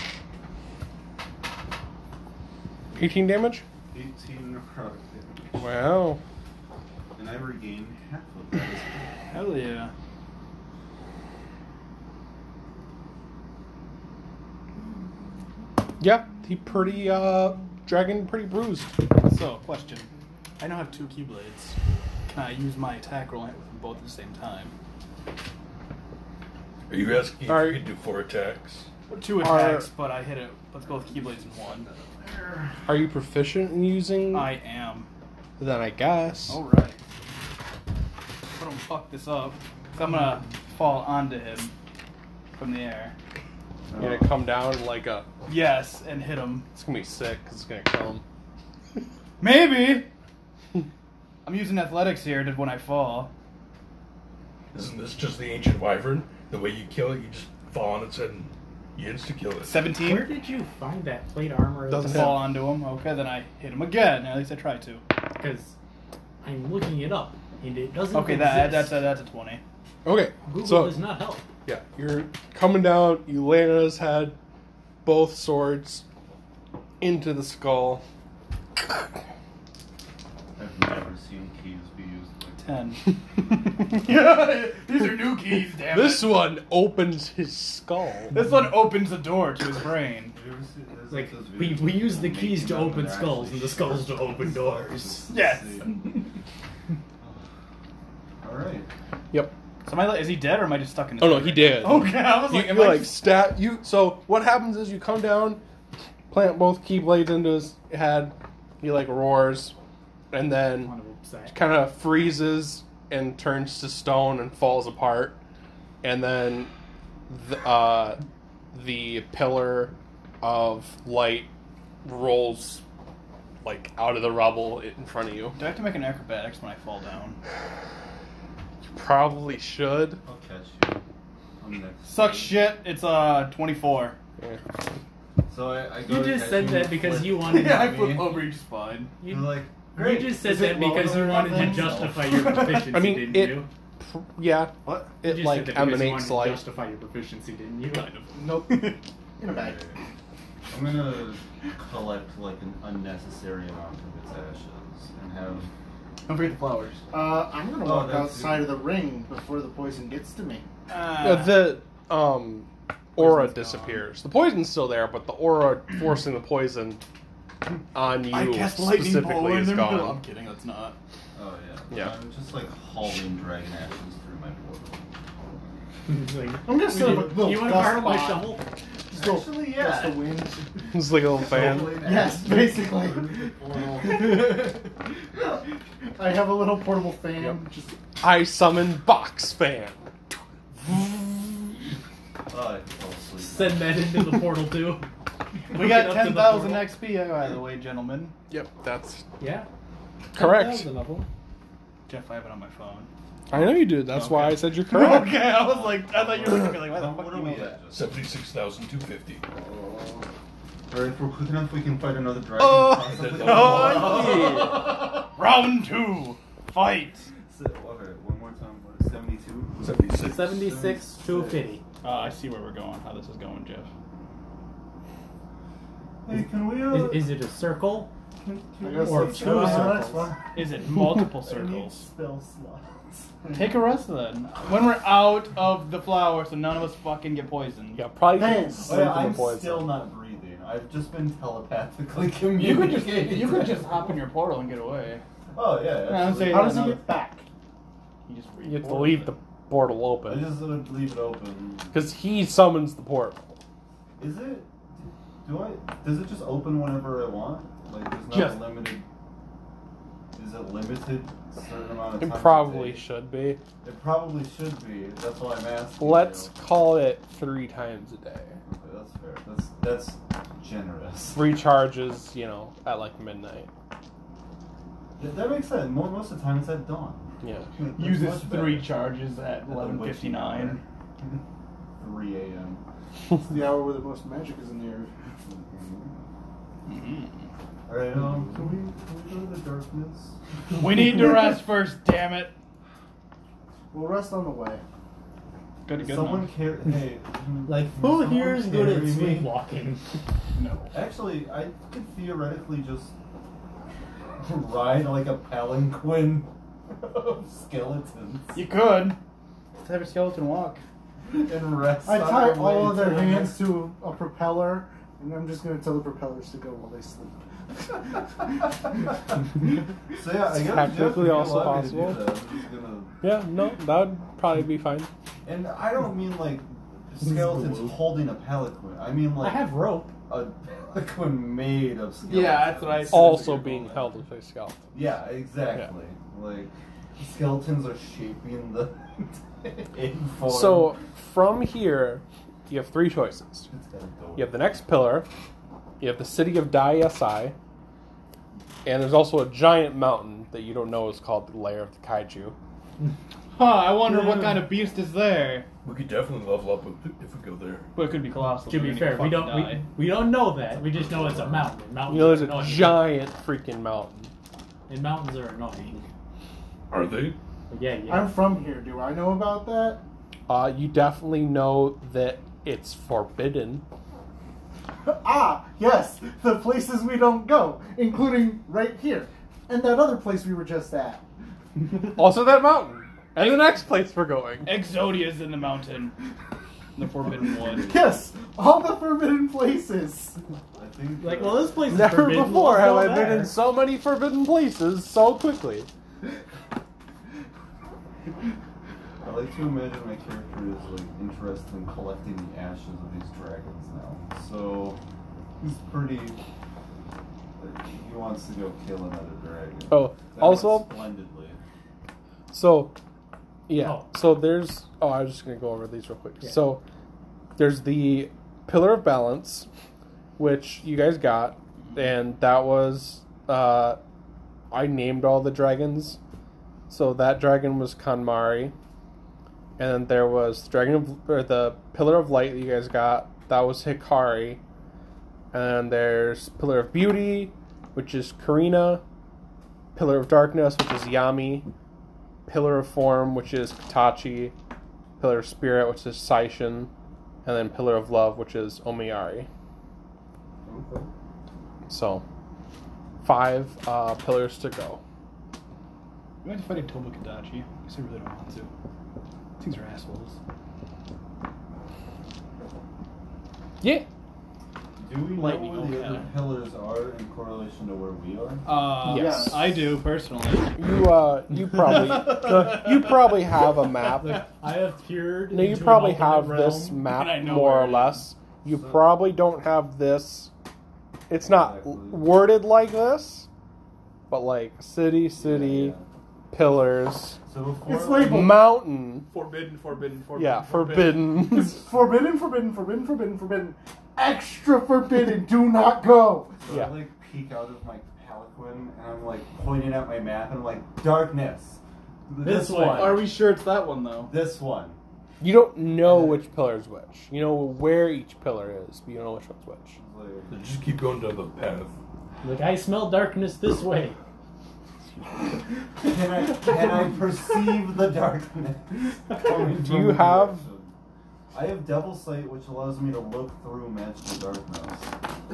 Speaker 2: 18 damage?
Speaker 3: 18 rock damage.
Speaker 2: Wow.
Speaker 3: And I regain half of that. as well.
Speaker 4: Hell yeah.
Speaker 2: Yeah, he pretty, uh, dragon pretty bruised.
Speaker 4: So, question. I now have two keyblades. Can I use my attack roll and hit with them both at the same time?
Speaker 5: are you asking if
Speaker 2: Alright.
Speaker 5: you can do four attacks?
Speaker 4: Two
Speaker 2: Are-
Speaker 4: attacks, but I hit it with both keyblades in one.
Speaker 2: Are you proficient in using?
Speaker 4: I Oh, am.
Speaker 2: Then I guess.
Speaker 4: Alright. I don't fuck this up. 'cause I'm gonna fall onto him from the air.
Speaker 2: You're gonna come down like a.
Speaker 4: Yes, and hit him.
Speaker 2: It's gonna be sick 'cause it's gonna kill him.
Speaker 4: Maybe! I'm using athletics here to when I fall.
Speaker 5: Isn't this just the ancient wyvern? The way you kill it, you just fall on its head and you insta kill it.
Speaker 4: 17
Speaker 1: Where did you find that plate armor?
Speaker 4: to
Speaker 2: Doesn't
Speaker 4: fall onto him. Okay, then I hit him again. At least I try to.
Speaker 1: Because I'm looking it up and it doesn't.
Speaker 4: Okay, that, that's
Speaker 1: exist.
Speaker 4: a, that's a 20.
Speaker 2: Okay,
Speaker 1: Google
Speaker 2: so
Speaker 1: does not help.
Speaker 2: yeah, you're coming down. You land on his head, both swords into the skull.
Speaker 3: I've never seen keys be used like that.
Speaker 4: 10.
Speaker 5: These are new keys, damn
Speaker 2: This one opens his skull.
Speaker 4: This one opens the door to his brain.
Speaker 3: Have you ever seen- there's
Speaker 1: Like
Speaker 3: those
Speaker 1: we,
Speaker 3: videos
Speaker 1: we
Speaker 3: of
Speaker 1: use the
Speaker 3: them
Speaker 1: keys
Speaker 3: making
Speaker 1: to
Speaker 3: them
Speaker 1: open
Speaker 3: they're
Speaker 1: skulls and
Speaker 3: actually
Speaker 1: the skulls to open doors.
Speaker 3: Just to
Speaker 4: Yes.
Speaker 3: see. All right.
Speaker 2: Yep.
Speaker 4: So am I, is he dead or am I just stuck in his
Speaker 2: Oh no,
Speaker 4: brain?
Speaker 2: he did.
Speaker 4: Okay, I was
Speaker 2: You,
Speaker 4: like,
Speaker 2: you
Speaker 4: am I
Speaker 2: like
Speaker 4: just-
Speaker 2: stab you. So what happens is you come down, plant both keyblades into his head. He like roars, and then
Speaker 1: One of them said,
Speaker 2: kind of freezes and turns to stone and falls apart. And then the, uh, the pillar of light rolls like out of the rubble in front of you.
Speaker 4: Do I have to make an acrobatics when I fall down?
Speaker 2: You probably should.
Speaker 3: I'll catch you. I'm next.
Speaker 4: Suck shit. It's uh 24.
Speaker 2: Yeah.
Speaker 3: So I, I go
Speaker 1: You
Speaker 3: to
Speaker 1: just
Speaker 3: catch
Speaker 1: said
Speaker 3: you
Speaker 1: that
Speaker 3: and
Speaker 1: because
Speaker 3: flip.
Speaker 1: you wanted.
Speaker 4: yeah, I
Speaker 3: mean-
Speaker 4: flip over. You just fine.
Speaker 1: you,
Speaker 3: You're like,
Speaker 1: you
Speaker 3: great.
Speaker 1: just said
Speaker 3: Is it
Speaker 1: that because you
Speaker 3: lower
Speaker 1: wanted
Speaker 3: than
Speaker 1: to
Speaker 3: himself?
Speaker 1: justify your proficiency,
Speaker 2: I mean,
Speaker 1: didn't
Speaker 2: it-
Speaker 1: you?
Speaker 2: Pr- Yeah. What?
Speaker 1: You
Speaker 2: It
Speaker 1: just said
Speaker 2: like
Speaker 1: that because you wanted
Speaker 2: emanates
Speaker 1: to
Speaker 2: light.
Speaker 1: justify your proficiency, didn't you?
Speaker 4: Nope.
Speaker 7: In a bag.
Speaker 3: I'm gonna collect like an unnecessary amount of its ashes and have.
Speaker 4: Don't forget the flowers.
Speaker 6: Uh, I'm gonna
Speaker 3: Oh,
Speaker 6: walk
Speaker 3: that's
Speaker 6: outside
Speaker 3: it.
Speaker 6: of the ring before the poison gets to me.
Speaker 2: Uh,
Speaker 4: Uh,
Speaker 2: the um aura
Speaker 4: Poison's
Speaker 2: disappears. The poison's still there, but the aura forcing the poison on you
Speaker 4: I cast lightning bolt
Speaker 2: specifically
Speaker 4: in
Speaker 2: is
Speaker 4: their
Speaker 2: gone.
Speaker 4: middle. I'm kidding. That's not.
Speaker 3: Oh yeah.
Speaker 2: Yeah.
Speaker 3: I'm just like hauling dragon ashes through my portal.
Speaker 1: It's like,
Speaker 6: I'm gonna set up a little
Speaker 1: you want to
Speaker 6: dust
Speaker 1: borrow my
Speaker 6: spot.
Speaker 1: shovel?
Speaker 6: Just go
Speaker 3: Actually,
Speaker 6: Just
Speaker 3: yeah.
Speaker 6: the wind.
Speaker 2: It's like a little fan.
Speaker 3: Hauling
Speaker 6: Yes,
Speaker 3: ashes
Speaker 6: basically.
Speaker 3: through the portal.
Speaker 6: I have a little portable fan. Just
Speaker 2: I summon Box Fan.
Speaker 3: Oh, I fell asleep.
Speaker 1: Send that into the portal too.
Speaker 4: We
Speaker 1: Hook it
Speaker 4: got
Speaker 1: up to the
Speaker 4: 10,000
Speaker 1: portal.
Speaker 4: XP, oh, by the way, gentlemen.
Speaker 2: Yep, that's
Speaker 1: Yeah.
Speaker 2: correct.
Speaker 1: 10,000 of 'em.
Speaker 4: Jeff, I have it on my phone.
Speaker 2: I know you did. That's why I said you're correct.
Speaker 4: okay, I was like, I thought you were looking at me like, why the
Speaker 3: Um,
Speaker 4: fuck
Speaker 3: what
Speaker 4: do
Speaker 3: are
Speaker 4: you
Speaker 3: we
Speaker 4: know that?
Speaker 3: at? Just, "Oh,
Speaker 5: 76,250.
Speaker 3: or if we're quick enough, we can fight another dragon.
Speaker 4: Oh,
Speaker 3: possibly.
Speaker 4: oh, Round two, fight.
Speaker 3: So, okay, one more time. what, 72?
Speaker 5: 76.
Speaker 1: 76 to 50.
Speaker 4: Uh, I see where we're going. How this is going, Jeff.
Speaker 3: Hey, can we, uh,
Speaker 1: Is, is it a circle?
Speaker 6: I gotta
Speaker 1: Or
Speaker 6: sleep
Speaker 1: two
Speaker 6: now. Oh, that's
Speaker 1: circles.
Speaker 6: fine.
Speaker 4: Is it multiple
Speaker 6: I need
Speaker 4: circles?
Speaker 6: spell slots.
Speaker 4: Take a rest then. When we're out of the flower, so none of us fucking get poisoned.
Speaker 2: Yeah, probably
Speaker 6: Man.
Speaker 2: sleep
Speaker 3: Oh, yeah,
Speaker 2: in the
Speaker 3: I'm
Speaker 2: poison.
Speaker 3: still not breathing. I I've just been telepathically
Speaker 4: You could just
Speaker 3: communicating.
Speaker 4: you could just hop in your portal and get away.
Speaker 3: Oh yeah.
Speaker 4: No, I'm saying-
Speaker 3: absolutely.
Speaker 6: How does he
Speaker 4: no.
Speaker 6: get back?
Speaker 4: You just
Speaker 2: You have to leave the portal
Speaker 3: I
Speaker 2: open
Speaker 3: just would leave it open.
Speaker 2: because he summons the portal.
Speaker 3: Is it? Do I? Does it just open whenever I want? Like there's not
Speaker 2: Just-
Speaker 3: a limited. Is it limited certain amount of time?
Speaker 2: It
Speaker 3: per
Speaker 2: probably
Speaker 3: day?
Speaker 2: should be.
Speaker 3: It probably should be. That's why I'm asking.
Speaker 2: Let's
Speaker 3: you.
Speaker 2: call it three times a day.
Speaker 3: Okay, that's fair. That's that's generous.
Speaker 2: Recharges, you know, at like midnight.
Speaker 3: That, that makes sense. Mo- Most of the time it's at dawn.
Speaker 2: Yeah.
Speaker 3: That's
Speaker 4: uses
Speaker 3: much
Speaker 4: three
Speaker 3: better.
Speaker 4: charges at
Speaker 3: At the
Speaker 4: eleven fifty nine.
Speaker 3: waking hour. 3 a.m.
Speaker 6: It's the hour where the most magic is in the air.
Speaker 4: Mm-hmm.
Speaker 3: Alright, um, can we, can we go to the darkness?
Speaker 4: We need to rest first, damn it.
Speaker 6: We'll rest on the way.
Speaker 4: Good, good.
Speaker 3: Someone care? Hey,
Speaker 7: Like,
Speaker 3: can
Speaker 7: who
Speaker 3: someone
Speaker 7: here is good at
Speaker 3: carry me?
Speaker 7: sleepwalking?
Speaker 4: no.
Speaker 3: Actually, I could theoretically just ride like a palanquin of skeletons
Speaker 4: You could. Let's have a skeleton walk.
Speaker 3: and rest.
Speaker 6: I
Speaker 3: on
Speaker 6: tie
Speaker 3: our way
Speaker 6: all of their
Speaker 3: to the
Speaker 6: hands
Speaker 3: next-
Speaker 6: to a propeller, and I'm just going to tell the propellers to go while they sleep.
Speaker 3: so yeah, I
Speaker 2: It's
Speaker 3: guess
Speaker 2: practically also possible.
Speaker 3: To do that. I'm just gonna...
Speaker 2: Yeah, no, that would probably be fine.
Speaker 3: And I don't mean like skeletons holding a palanquin. I mean
Speaker 7: I
Speaker 3: like
Speaker 7: have rope.
Speaker 3: a palanquin made of skeletons.
Speaker 4: Yeah, that's what I said.
Speaker 2: Also being held with a skeleton.
Speaker 3: Yeah, exactly. Like skeletons are shaping the. in form.
Speaker 2: So from here, you have three choices.
Speaker 3: It's gotta go.
Speaker 2: You have the next pillar, you have the city of Dai-Sai, and there's also a giant mountain that you don't know is called the Lair of the Kaiju.
Speaker 4: Huh, I wonder what kind of beast is there.
Speaker 5: We could definitely level up with- if we go there.
Speaker 4: But it could be colossal.
Speaker 1: To
Speaker 4: We're
Speaker 1: be
Speaker 4: gonna
Speaker 1: fair, we
Speaker 4: fucking
Speaker 1: don't we,
Speaker 4: die.
Speaker 1: we don't know that. We just know it's a mountain. Mountains
Speaker 2: You know, there's
Speaker 1: are
Speaker 2: a
Speaker 1: annoying.
Speaker 2: giant freaking mountain.
Speaker 1: And mountains are annoying.
Speaker 5: Are they?
Speaker 1: But yeah, yeah.
Speaker 6: I'm from here. Do I know about that?
Speaker 2: Uh, you definitely know that it's forbidden.
Speaker 6: ah, yes, the places we don't go, including right here, and that other place we were just at.
Speaker 2: Also that mountain, and the next place we're going.
Speaker 4: Exodia's in the mountain. The Forbidden Wood.
Speaker 6: Yes, all the forbidden places.
Speaker 3: I think.
Speaker 1: like,
Speaker 3: uh,
Speaker 1: well, this place is
Speaker 2: Never
Speaker 1: forbidden.
Speaker 2: before
Speaker 1: Let's
Speaker 2: have
Speaker 1: go
Speaker 2: I been
Speaker 1: there.
Speaker 2: in so many forbidden places so quickly.
Speaker 3: I like to imagine my character is like interested in collecting the ashes of these dragons now. So he's pretty. like, He wants to go kill another dragon.
Speaker 2: Oh,
Speaker 3: That went
Speaker 2: also-
Speaker 3: splendidly.
Speaker 2: So, yeah.
Speaker 1: Oh.
Speaker 2: So there's. Oh, I was just gonna go over these real quick. So there's the pillar of balance, which you guys got, and that was. Uh, I named all the dragons. So that dragon was Kanmari, and then there was the dragon of or the pillar of light that you guys got. That was Hikari, and then there's pillar of beauty, which is Karina. Pillar of darkness, which is Yami. Pillar of Form, which is Katachi, Pillar of Spirit, which is Saishin, and then Pillar of Love, which is Omiyari.
Speaker 3: Okay.
Speaker 2: So, five uh, pillars to go.
Speaker 4: You might have fighting Toba Kadachi. Because I really don't want to. These are assholes.
Speaker 2: Yeah.
Speaker 3: Do we know
Speaker 4: Lightning
Speaker 3: where the
Speaker 4: will
Speaker 3: other
Speaker 4: count.
Speaker 3: pillars are in correlation to where we are?
Speaker 4: Uh,
Speaker 2: Yes.
Speaker 4: I do, personally.
Speaker 2: You uh, you probably you probably have a map.
Speaker 1: Look, I have peered.
Speaker 2: No, you
Speaker 1: into an
Speaker 2: probably
Speaker 1: alternate
Speaker 2: have
Speaker 1: realm.
Speaker 2: this
Speaker 4: And I
Speaker 2: map
Speaker 4: know
Speaker 2: more
Speaker 4: where
Speaker 2: or
Speaker 4: it
Speaker 2: less. You probably don't have this. It's not
Speaker 3: Exactly.
Speaker 2: worded like this, but like city, city,
Speaker 3: Yeah,
Speaker 2: pillars,
Speaker 3: yeah. So before
Speaker 6: It's like-
Speaker 2: mountain.
Speaker 5: Forbidden, forbidden, forbidden.
Speaker 2: Yeah, forbidden.
Speaker 6: It's forbidden, forbidden, forbidden, forbidden, forbidden, extra forbidden. Do not go.
Speaker 3: So
Speaker 2: Yeah.
Speaker 3: I like peek out of my palanquin and I'm like pointing at my map and I'm like, darkness.
Speaker 1: This way.
Speaker 3: one.
Speaker 4: Are we sure it's that one, though?
Speaker 3: This one.
Speaker 2: You don't know which pillar is which. You know where each pillar is, but you don't know which one's which.
Speaker 3: Like,
Speaker 5: Let's Just keep going down the path.
Speaker 1: Like I smell darkness this way.
Speaker 3: can I can I perceive the darkness? coming
Speaker 2: Do
Speaker 3: from
Speaker 2: you
Speaker 3: the
Speaker 2: have-
Speaker 3: direction? I have devil sight, which allows me to look through magical darkness.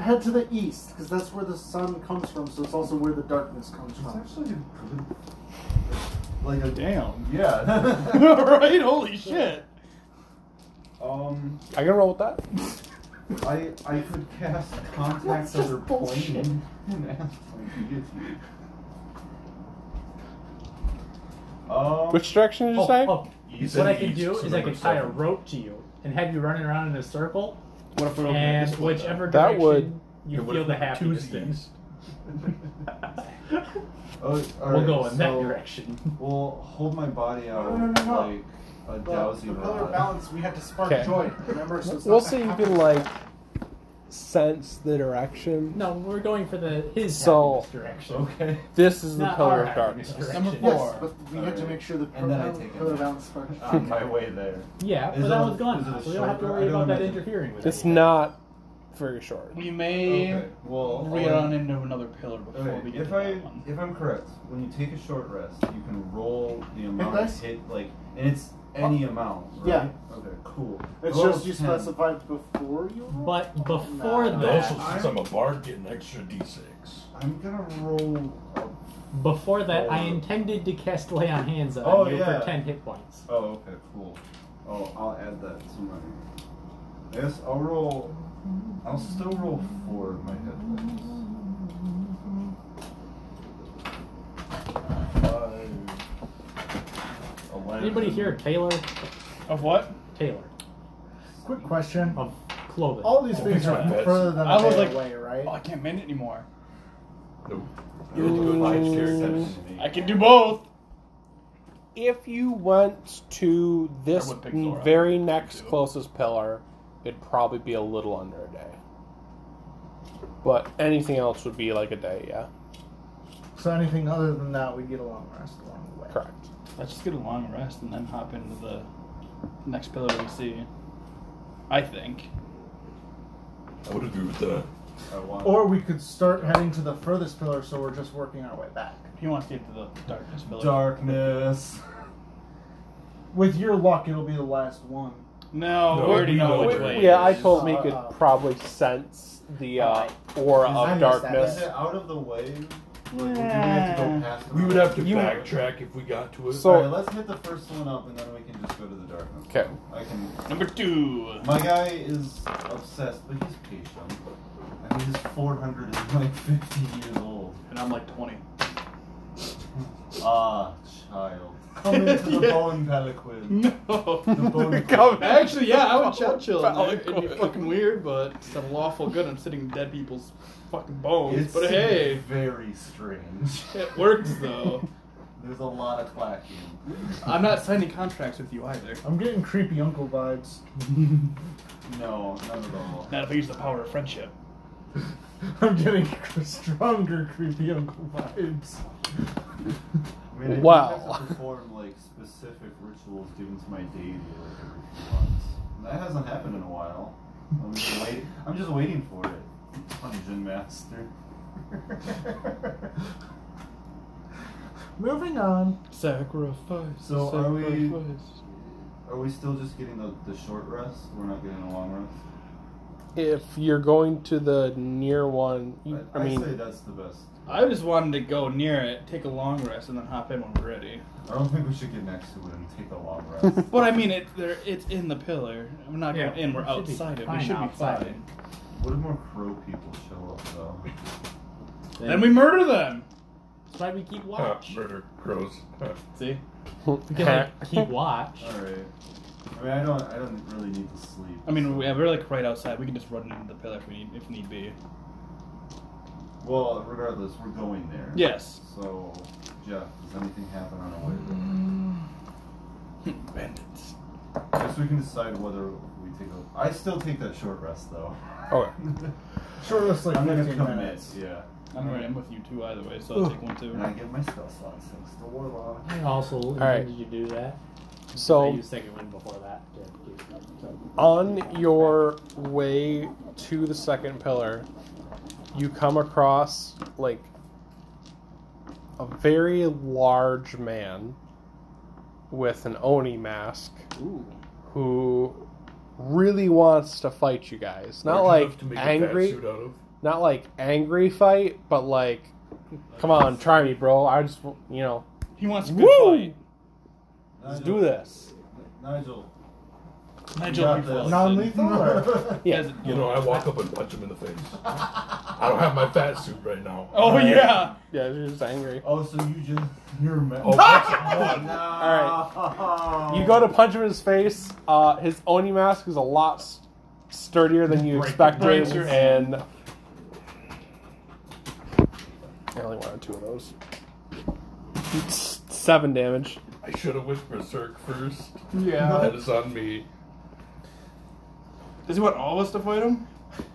Speaker 6: Head to the east, because that's where the sun comes from. So it's also where the darkness comes
Speaker 3: It's
Speaker 6: from.
Speaker 3: actually a good, like a
Speaker 4: Damn.
Speaker 3: Yeah.
Speaker 4: right? Holy shit.
Speaker 3: um.
Speaker 2: I can roll with that.
Speaker 3: I I could cast
Speaker 6: That's
Speaker 3: contact
Speaker 6: just
Speaker 3: other
Speaker 6: bullshit.
Speaker 3: plane and ask them to get you. Um,
Speaker 2: Which direction did you
Speaker 7: Oh,
Speaker 2: say?
Speaker 7: oh.
Speaker 5: East
Speaker 7: What I
Speaker 5: and
Speaker 7: can
Speaker 5: east
Speaker 7: do
Speaker 5: to
Speaker 7: is I can
Speaker 5: number
Speaker 7: tie a
Speaker 5: seven.
Speaker 7: rope to you and have you running around in a circle, what if we
Speaker 5: this
Speaker 7: and
Speaker 5: one,
Speaker 7: whichever
Speaker 2: though? uh, That
Speaker 7: direction
Speaker 2: would-
Speaker 7: you
Speaker 5: And what
Speaker 7: feel
Speaker 5: if
Speaker 7: the
Speaker 5: we choose
Speaker 7: happiest in.
Speaker 5: east?
Speaker 3: oh,
Speaker 7: we'll
Speaker 3: uh, alright,
Speaker 7: go in that
Speaker 3: so
Speaker 7: direction.
Speaker 3: We'll hold my body out
Speaker 6: No, no, no, no.
Speaker 3: like a
Speaker 6: The,
Speaker 3: dowsy
Speaker 6: the pillar of
Speaker 3: rod.
Speaker 6: balance, we had to spark
Speaker 2: 'Kay.
Speaker 6: joy. Remember, so it's
Speaker 2: We'll
Speaker 6: not
Speaker 2: see if you
Speaker 6: gonna
Speaker 2: can
Speaker 6: happen.
Speaker 2: like sense the direction.
Speaker 7: No, we're going for the his
Speaker 2: So-
Speaker 7: happiest direction.
Speaker 3: Okay.
Speaker 2: This is the
Speaker 7: Not
Speaker 2: pillar
Speaker 7: our
Speaker 2: of darkness.
Speaker 7: happiest direction.
Speaker 4: Number
Speaker 6: Yes,
Speaker 4: four.
Speaker 6: but we had to
Speaker 3: Alright.
Speaker 6: make sure the
Speaker 3: And then I
Speaker 6: pillar
Speaker 3: take it. Uh,
Speaker 6: pillar of balance sparked.
Speaker 3: On my way there.
Speaker 7: Yeah,
Speaker 3: Is
Speaker 7: but that
Speaker 3: it-
Speaker 7: was gone
Speaker 3: is it
Speaker 7: now,
Speaker 3: a
Speaker 7: so we don't have to
Speaker 3: short-
Speaker 7: worry
Speaker 3: I don't
Speaker 7: about that
Speaker 3: know.
Speaker 7: interfering with
Speaker 2: It's
Speaker 7: anything.
Speaker 2: not very short.
Speaker 4: We may
Speaker 3: Okay, well,
Speaker 4: run
Speaker 3: I'll-
Speaker 4: into another pillar before we
Speaker 3: Okay,
Speaker 4: get
Speaker 3: if
Speaker 4: to
Speaker 3: I
Speaker 4: that one.
Speaker 3: if I'm correct, when you take a short rest, you can roll the amount
Speaker 6: dice?
Speaker 3: of hit like, and it's any amount, right?
Speaker 6: Yeah.
Speaker 3: Okay, cool.
Speaker 6: It's
Speaker 3: Roll
Speaker 6: just you
Speaker 3: 10.
Speaker 6: specified before you. roll?
Speaker 7: But before
Speaker 6: Nah.
Speaker 5: And
Speaker 7: that-
Speaker 5: also, since I'm a bard, get an extra d6.
Speaker 3: I'm gonna roll. A...
Speaker 7: Before that, I
Speaker 3: Oh.
Speaker 7: intended to cast Lay on Hands on
Speaker 3: Oh,
Speaker 7: you
Speaker 3: yeah.
Speaker 7: for 10 hit points.
Speaker 3: Oh, okay, cool. Oh, I'll add that to my. I guess I'll roll. I'll still roll four of my hit dice. Five,
Speaker 7: Anybody
Speaker 3: 11.
Speaker 7: here, Taylor?
Speaker 4: Of what?
Speaker 7: Taylor.
Speaker 6: Quick question.
Speaker 7: Of Cloven.
Speaker 6: All these things
Speaker 5: my
Speaker 6: are
Speaker 5: bets.
Speaker 6: further than
Speaker 4: I
Speaker 6: a
Speaker 4: was
Speaker 6: day
Speaker 4: like-
Speaker 6: away, right?
Speaker 4: Oh, I can't mend it anymore.
Speaker 5: Nope. You have to go
Speaker 3: Five,
Speaker 5: downstairs.
Speaker 3: six, seven, and
Speaker 4: I
Speaker 3: eight.
Speaker 4: can do both.
Speaker 2: If you went to this
Speaker 4: I would pick Thor up.
Speaker 2: very next
Speaker 4: Do it.
Speaker 2: closest pillar, it'd probably be a little under a day. But anything else would be like a day, yeah.
Speaker 6: So anything other than that, we get a long rest along the way.
Speaker 2: Correct.
Speaker 4: Let's just get a long rest and then hop into the next pillar we see. I think.
Speaker 5: I would agree with that.
Speaker 3: I want-
Speaker 6: Or we could start heading to the furthest pillar, so we're just working our way back.
Speaker 4: He wants to get to the darkness pillar.
Speaker 3: Darkness.
Speaker 6: With your luck, it'll be the last one.
Speaker 4: No,
Speaker 5: No,
Speaker 4: we already
Speaker 5: we
Speaker 4: know
Speaker 5: know
Speaker 4: which
Speaker 5: it.
Speaker 4: way.
Speaker 2: Yeah,
Speaker 4: it
Speaker 2: I
Speaker 4: is.
Speaker 2: told me you could
Speaker 6: Uh,
Speaker 2: probably sense the uh, aura
Speaker 6: I missed
Speaker 2: of
Speaker 6: that.
Speaker 3: Is
Speaker 2: darkness.
Speaker 3: it out of the way? Like, would we have to go
Speaker 4: Yeah.
Speaker 3: past
Speaker 5: We would have to
Speaker 2: You-
Speaker 5: backtrack if we got to it.
Speaker 2: So-
Speaker 3: Alright, let's hit the first one up and then we can just go to the darkness.
Speaker 2: Okay.
Speaker 3: I can.
Speaker 4: Number two.
Speaker 3: My guy is obsessed, but he's patient. I mean, his 400 is like 50 years old.
Speaker 4: And I'm like 20.
Speaker 3: Ah, child. Come into the
Speaker 4: Yeah.
Speaker 3: bone, Peliquin.
Speaker 4: No.
Speaker 3: The bone.
Speaker 2: Come back.
Speaker 4: Actually, yeah, I would chow chill. in there. It'd be
Speaker 2: Falcor.
Speaker 4: fucking weird, but it's a lawful good. I'm sitting in dead people's fucking bones.
Speaker 3: It's
Speaker 4: but hey,
Speaker 3: very strange.
Speaker 4: it works though.
Speaker 3: There's a lot of clacking.
Speaker 4: I'm not signing contracts with you either.
Speaker 6: I'm getting creepy uncle vibes.
Speaker 3: No, none at all.
Speaker 4: Not if I use the power of friendship.
Speaker 6: I'm getting stronger creepy uncle vibes.
Speaker 3: I mean, I
Speaker 2: Wow.
Speaker 3: think I have to perform like specific rituals given to my deity like every few months. And That hasn't happened in a while. I'm just, wait- I'm just waiting for it, Dungeon Master.
Speaker 6: Moving on.
Speaker 4: Sacrifice.
Speaker 3: So are we- Are we still just getting the, the short rest? We're not getting a long rest.
Speaker 2: If you're going to the near one, you, I,
Speaker 3: I say
Speaker 2: mean,
Speaker 3: that's the best.
Speaker 4: I just wanted to go near it, take a long rest, and then hop in when we're ready.
Speaker 3: I don't think we should get next to it and take a long rest.
Speaker 4: But I mean, it, there, it's in the pillar. We're not
Speaker 7: Yeah,
Speaker 4: going in. We're
Speaker 7: we should be
Speaker 4: outside it. We
Speaker 7: fine
Speaker 4: should
Speaker 7: outside.
Speaker 4: be fine.
Speaker 3: what if more crow people show up though?
Speaker 4: Then we murder them.
Speaker 7: That's why we keep
Speaker 2: Oh.
Speaker 5: Ah,
Speaker 7: watch.
Speaker 5: murder crows. Ah.
Speaker 4: See,
Speaker 7: we can like, keep watch.
Speaker 3: All right. I mean, I don't. I don't really need to sleep.
Speaker 4: I mean, we- yeah, we're like right outside. We can just run into the pillar if we need, if need be.
Speaker 3: well, regardless, we're going there.
Speaker 4: Yes.
Speaker 3: So, Jeff, does anything happen on our way there?
Speaker 4: Bandits.
Speaker 3: I guess we can decide whether we take a. I still take that short rest though.
Speaker 2: okay.
Speaker 6: Short rest like
Speaker 3: I'm gonna
Speaker 6: 15
Speaker 3: commit.
Speaker 6: minutes.
Speaker 3: Yeah.
Speaker 4: I'm right. I'm with you two either way, so I'll take one too.
Speaker 3: And I give my spell slots thanks to Warlock.
Speaker 7: And also, when
Speaker 2: right.
Speaker 7: did you do that? I
Speaker 2: So
Speaker 7: used second wind before that. to do stuff, so.
Speaker 2: on your way to the second pillar, you come across like a very large man with an Oni mask
Speaker 4: Ooh.
Speaker 2: who really wants to fight you guys. Not
Speaker 5: Large enough
Speaker 2: like
Speaker 5: to make a fat
Speaker 2: angry,
Speaker 5: suit out of.
Speaker 2: not like angry fight, but like, come on, try me, bro. I just, w- you know,
Speaker 4: He wants a good
Speaker 2: woo,
Speaker 4: fight.
Speaker 2: let's
Speaker 3: Nigel,
Speaker 2: do this.
Speaker 3: Nigel,
Speaker 4: Nigel
Speaker 3: You got
Speaker 4: reflex.
Speaker 3: this.
Speaker 6: Non-lethal or-
Speaker 2: Yeah.
Speaker 4: Doesn't-
Speaker 5: You know, I walk up and punch him in the face. I don't have my fat suit right now.
Speaker 4: Oh yeah.
Speaker 2: Yeah, you're just angry.
Speaker 3: Oh, so you just you're mad.
Speaker 5: Oh, that's one.
Speaker 3: All
Speaker 2: You go to punch him in his face. Uh, his Oni mask is a lot s- sturdier than you expected,
Speaker 4: breaks your-
Speaker 2: and I only wanted two of those. It's seven damage.
Speaker 5: I should have went berserk first.
Speaker 4: Yeah.
Speaker 5: That is on me.
Speaker 4: Does he want all of us to fight him?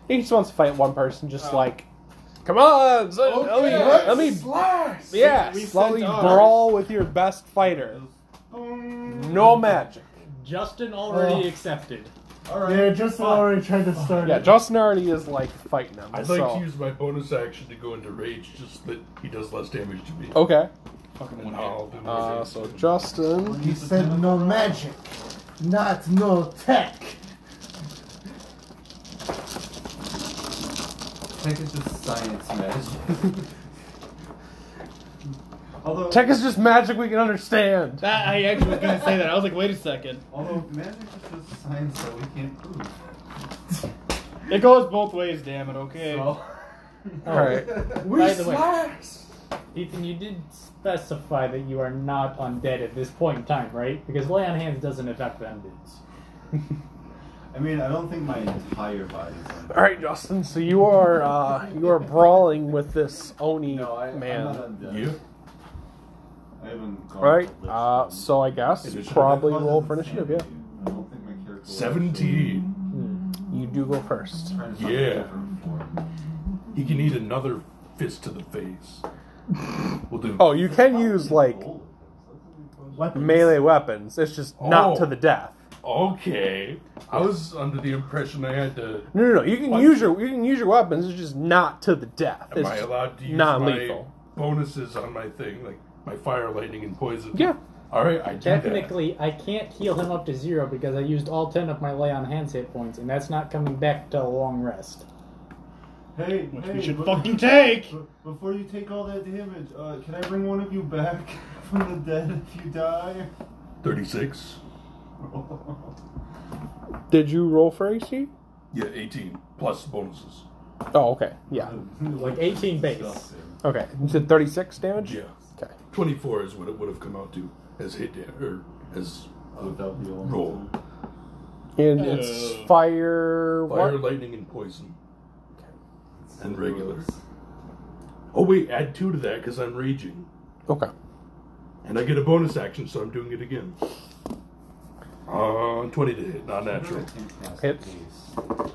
Speaker 2: He just wants to fight one person, just like, come on, s- let me, let me,
Speaker 4: slash.
Speaker 2: yeah,
Speaker 4: We sent
Speaker 2: slowly
Speaker 4: ours.
Speaker 2: brawl with your best fighter. No magic.
Speaker 1: Justin already
Speaker 6: Oh.
Speaker 1: accepted.
Speaker 3: right.
Speaker 6: Yeah, just already tried to start.
Speaker 2: Yeah,
Speaker 6: it.
Speaker 2: Justin already is like fighting him.
Speaker 5: I'd like
Speaker 2: so.
Speaker 5: to use my bonus action to go into rage, just that he does less damage to me.
Speaker 2: okay.
Speaker 4: Fucking
Speaker 5: And
Speaker 4: one
Speaker 5: I'll do my
Speaker 2: Uh,
Speaker 5: rage.
Speaker 2: so Justin.
Speaker 6: He said no magic, not no tech.
Speaker 3: Tech is just science magic. although,
Speaker 2: Tech is just magic we can understand.
Speaker 4: That I actually was gonna say that. I was like, wait a second.
Speaker 3: although magic is just science that we can't prove.
Speaker 4: It goes both ways, damn it. Okay.
Speaker 3: So,
Speaker 2: All right.
Speaker 6: We
Speaker 1: By the way-
Speaker 6: slaps.
Speaker 1: Ethan, you did specify that you are not undead at this point in time, right? Because lay on hands doesn't affect them dudes.
Speaker 3: I mean, I don't think my entire body. Is on
Speaker 2: All right, Justin. So you are uh, you are brawling with this Oni
Speaker 3: No, I, I'm not
Speaker 2: man,
Speaker 3: undead.
Speaker 5: you?
Speaker 3: I haven't gone.
Speaker 2: right?
Speaker 3: public.
Speaker 2: Uh, so I guess
Speaker 5: Initiative.
Speaker 2: probably
Speaker 3: That wasn't
Speaker 2: roll for initiative. Yeah,
Speaker 3: insanity. I don't think my character. was actually
Speaker 5: 17.
Speaker 2: you do go first.
Speaker 3: trying to find a
Speaker 5: Yeah.
Speaker 3: different form.
Speaker 5: He can eat another fist to the face. We'll do.
Speaker 2: Oh, you can use like melee weapons. It's just not
Speaker 5: Oh.
Speaker 2: to the death.
Speaker 5: Okay. I was under the impression I had to.
Speaker 2: No, no, no. You can
Speaker 5: What?
Speaker 2: use your you can use your weapons. It's just not to the death.
Speaker 5: Am
Speaker 2: It's
Speaker 5: I
Speaker 2: just
Speaker 5: allowed to use
Speaker 2: non-lethal.
Speaker 5: my bonuses on my thing, like my fire, lightning, and poison?
Speaker 2: Yeah.
Speaker 5: All right, I do that.
Speaker 1: Technically, I can't heal him up to zero because I used all ten of my lay on hands hit points, and that's not coming back till a long rest.
Speaker 3: Hey,
Speaker 4: Which
Speaker 3: hey,
Speaker 4: we should
Speaker 3: look-
Speaker 4: fucking take.
Speaker 3: Be- Before you take all that damage, uh, can I bring one of you back from the dead if you die?
Speaker 5: 36.
Speaker 3: Oh,
Speaker 2: Did you roll for AC?
Speaker 5: Yeah, 18. Plus bonuses.
Speaker 2: Oh, okay. Yeah.
Speaker 5: Mm-hmm.
Speaker 1: Like 18 base.
Speaker 2: Okay. You said thirty-six damage.
Speaker 5: Yeah.
Speaker 2: Okay.
Speaker 5: 24 is what it would have come out to as hit da- or as uh,
Speaker 3: Without the old
Speaker 5: roll.
Speaker 2: And it's fire.
Speaker 5: Uh, Fire,
Speaker 2: what?
Speaker 5: lightning, and poison. And regular. Oh, wait, add two to that because I'm raging.
Speaker 2: Okay.
Speaker 5: And I get a bonus action, so I'm doing it again. Uh, 20 to hit, not natural.
Speaker 2: Hits.
Speaker 3: If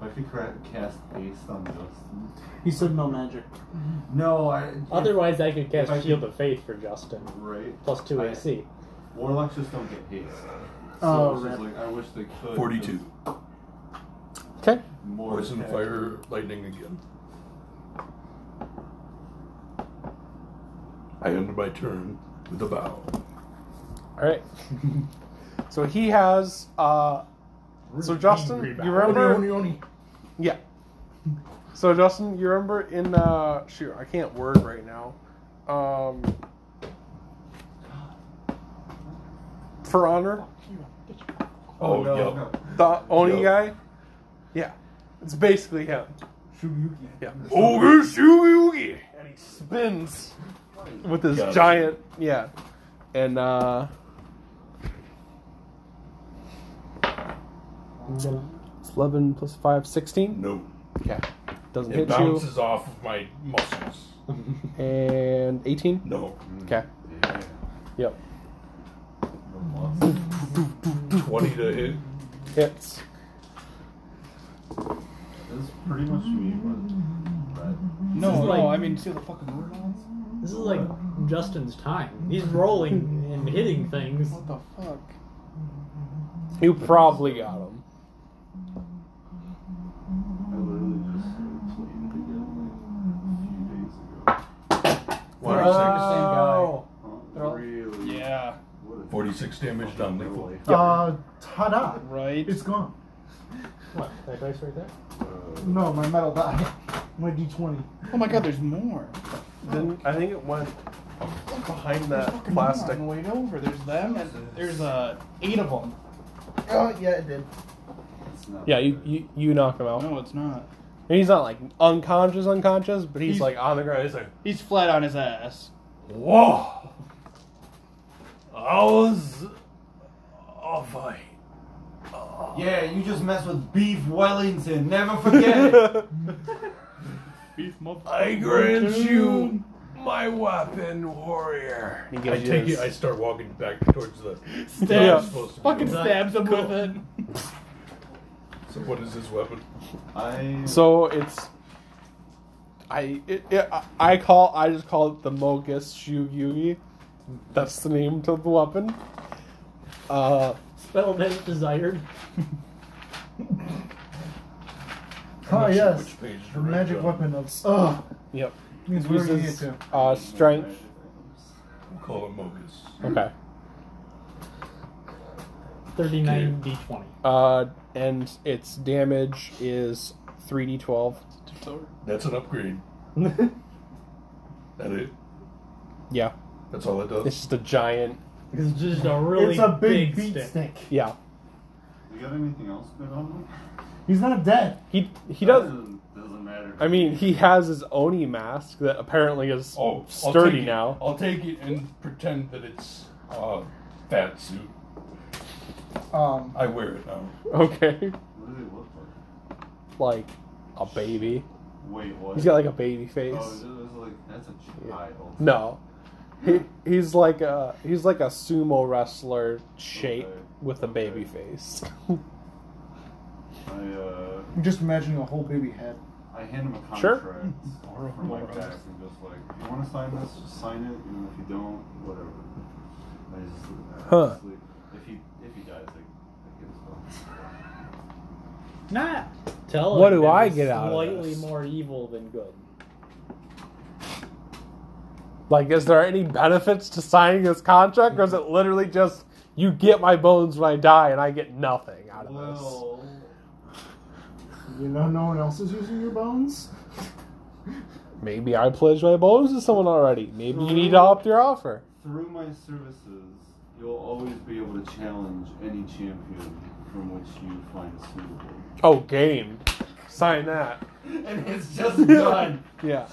Speaker 3: I could cra- cast haste on Justin.
Speaker 7: He said no magic.
Speaker 3: No, I.
Speaker 1: Otherwise, I could
Speaker 3: If I
Speaker 1: cast
Speaker 3: could-
Speaker 1: Shield of Faith for Justin.
Speaker 3: Right?
Speaker 1: Plus 2
Speaker 3: I-
Speaker 1: AC.
Speaker 3: Warlocks just don't get haste. So
Speaker 6: Oh,
Speaker 3: it's just
Speaker 6: right.
Speaker 3: like, I wish they could.
Speaker 5: 42.
Speaker 2: Okay.
Speaker 3: just More
Speaker 5: Poison,
Speaker 3: attack.
Speaker 5: fire, lightning again. I end my turn with a vow.
Speaker 2: All right. so he has. uh So Justin, you remember? Yeah. So Justin, you remember in uh shoot, I can't word right now. Um. For honor,
Speaker 5: Oh,
Speaker 3: no,
Speaker 5: yep.
Speaker 3: no.
Speaker 2: the Oni
Speaker 5: Yo.
Speaker 2: guy. Yeah, it's basically him.
Speaker 3: Shuyuki.
Speaker 2: Yeah.
Speaker 5: Ogre Shuyugi!
Speaker 2: And he spins with his
Speaker 5: Gotcha.
Speaker 2: giant yeah, and uh. Eleven plus five, sixteen.
Speaker 5: No.
Speaker 2: Yeah, doesn't
Speaker 5: It
Speaker 2: hit you.
Speaker 5: bounces off of my muscles.
Speaker 2: And 18?
Speaker 5: No.
Speaker 2: Okay.
Speaker 3: Yeah.
Speaker 2: Yep.
Speaker 3: No loss.
Speaker 5: 20 to hit.
Speaker 2: Hits.
Speaker 3: That's pretty much me, but. but-
Speaker 4: No,
Speaker 1: is
Speaker 4: no.
Speaker 1: like-
Speaker 4: I mean, see the fucking word on
Speaker 1: This is like Justin's time. He's rolling and hitting things.
Speaker 4: it? What the fuck?
Speaker 2: You probably got him.
Speaker 3: I literally just uh, played it again like a
Speaker 5: Wow.
Speaker 2: Oh.
Speaker 3: few days ago. Huh? Really?
Speaker 4: Yeah.
Speaker 3: What a
Speaker 5: 46 damage, non lethal.
Speaker 6: Uh, ta-da!
Speaker 4: Right.
Speaker 6: It's gone.
Speaker 1: What? That dice right there?
Speaker 3: Uh,
Speaker 6: No, my metal die. My D20.
Speaker 4: Oh my god, there's more.
Speaker 2: Then I think it went behind
Speaker 4: There's fucking more on the way over. There's them and there's uh eight of them.
Speaker 6: Oh, yeah, it did.
Speaker 3: It's not
Speaker 2: Yeah, you,
Speaker 3: good.
Speaker 2: you, you knock him out.
Speaker 4: No, it's not.
Speaker 2: And he's not like unconscious, unconscious, but he's,
Speaker 4: He's-
Speaker 2: like on the ground. He's like,
Speaker 4: He's flat on his ass.
Speaker 5: Whoa! I was off I
Speaker 3: Yeah, you just mess with Beef Wellington. Never forget it.
Speaker 5: I grant you my weapon, warrior.
Speaker 2: He gives
Speaker 5: I
Speaker 2: you
Speaker 5: take
Speaker 2: his-
Speaker 5: it. I start walking back towards the.
Speaker 4: Stabs.
Speaker 5: where I'm supposed to
Speaker 4: Fucking
Speaker 5: go.
Speaker 4: stabs him with it.
Speaker 5: So what is his weapon?
Speaker 3: I
Speaker 2: so it's. I it, it, I- I call I just call it the Mogus Shu Yugi. That's the name to the weapon. Uh,
Speaker 1: Spelled as desired.
Speaker 6: Oh,
Speaker 5: Not sure
Speaker 6: yes.
Speaker 5: Which page
Speaker 6: The
Speaker 5: to read,
Speaker 6: magic
Speaker 5: John.
Speaker 6: weapon of. Ugh.
Speaker 2: yep.
Speaker 6: Means we're going
Speaker 2: Uses
Speaker 6: to.
Speaker 2: uh, strength.
Speaker 5: We'll call him Mogus.
Speaker 2: Okay.
Speaker 1: 39 d20.
Speaker 2: Uh, and its damage is three d twelve.
Speaker 5: That's an upgrade. That it?
Speaker 2: Yeah,
Speaker 5: That's all it
Speaker 2: it's
Speaker 5: does.
Speaker 2: just a giant.
Speaker 1: It's just a really
Speaker 6: it's a big, beat
Speaker 1: stick.
Speaker 6: stick.
Speaker 2: Yeah,
Speaker 3: You got anything else good on him?
Speaker 6: He's not dead.
Speaker 2: he he does.
Speaker 3: Doesn't, doesn't matter.
Speaker 2: I mean, he has his Oni mask that apparently is
Speaker 5: Oh, I'll
Speaker 2: sturdy
Speaker 5: take it.
Speaker 2: now.
Speaker 5: I'll take it and pretend that it's uh, fat suit.
Speaker 6: Um,
Speaker 5: I wear it now.
Speaker 2: Okay,
Speaker 3: What does he look like?
Speaker 2: like a baby.
Speaker 3: Wait, what?
Speaker 2: He's got like a baby
Speaker 3: Oh,
Speaker 2: face.
Speaker 3: it was like that's a child.
Speaker 2: No, he he's like a he's like a sumo wrestler shape
Speaker 3: Okay.
Speaker 2: with a
Speaker 3: Okay.
Speaker 2: baby face.
Speaker 3: I uh,
Speaker 6: I'm just imagining a whole baby head.
Speaker 3: I hand him a contract
Speaker 2: Sure.
Speaker 3: from my back and just like, you want to sign this? Just sign it, and if you don't, whatever. I just, I just
Speaker 2: Huh.
Speaker 3: sleep. If he if he dies, like. I give a fuck.
Speaker 1: Not telling.
Speaker 2: What do
Speaker 1: them
Speaker 2: I
Speaker 1: is
Speaker 2: get out of
Speaker 1: Slightly
Speaker 2: this?
Speaker 1: more evil than good.
Speaker 2: Like, is there any benefits to signing this contract, or is it literally just you get my bones when I die and I get nothing out of this?
Speaker 3: Well,
Speaker 6: You know, no one else is using your bones?
Speaker 2: Maybe I pledged my bones to someone already. Maybe you need to opt your offer.
Speaker 3: through my services, you'll always be able to challenge any champion from which you find suitable.
Speaker 2: Oh, game. Sign that.
Speaker 3: And it's just done.
Speaker 2: Yeah.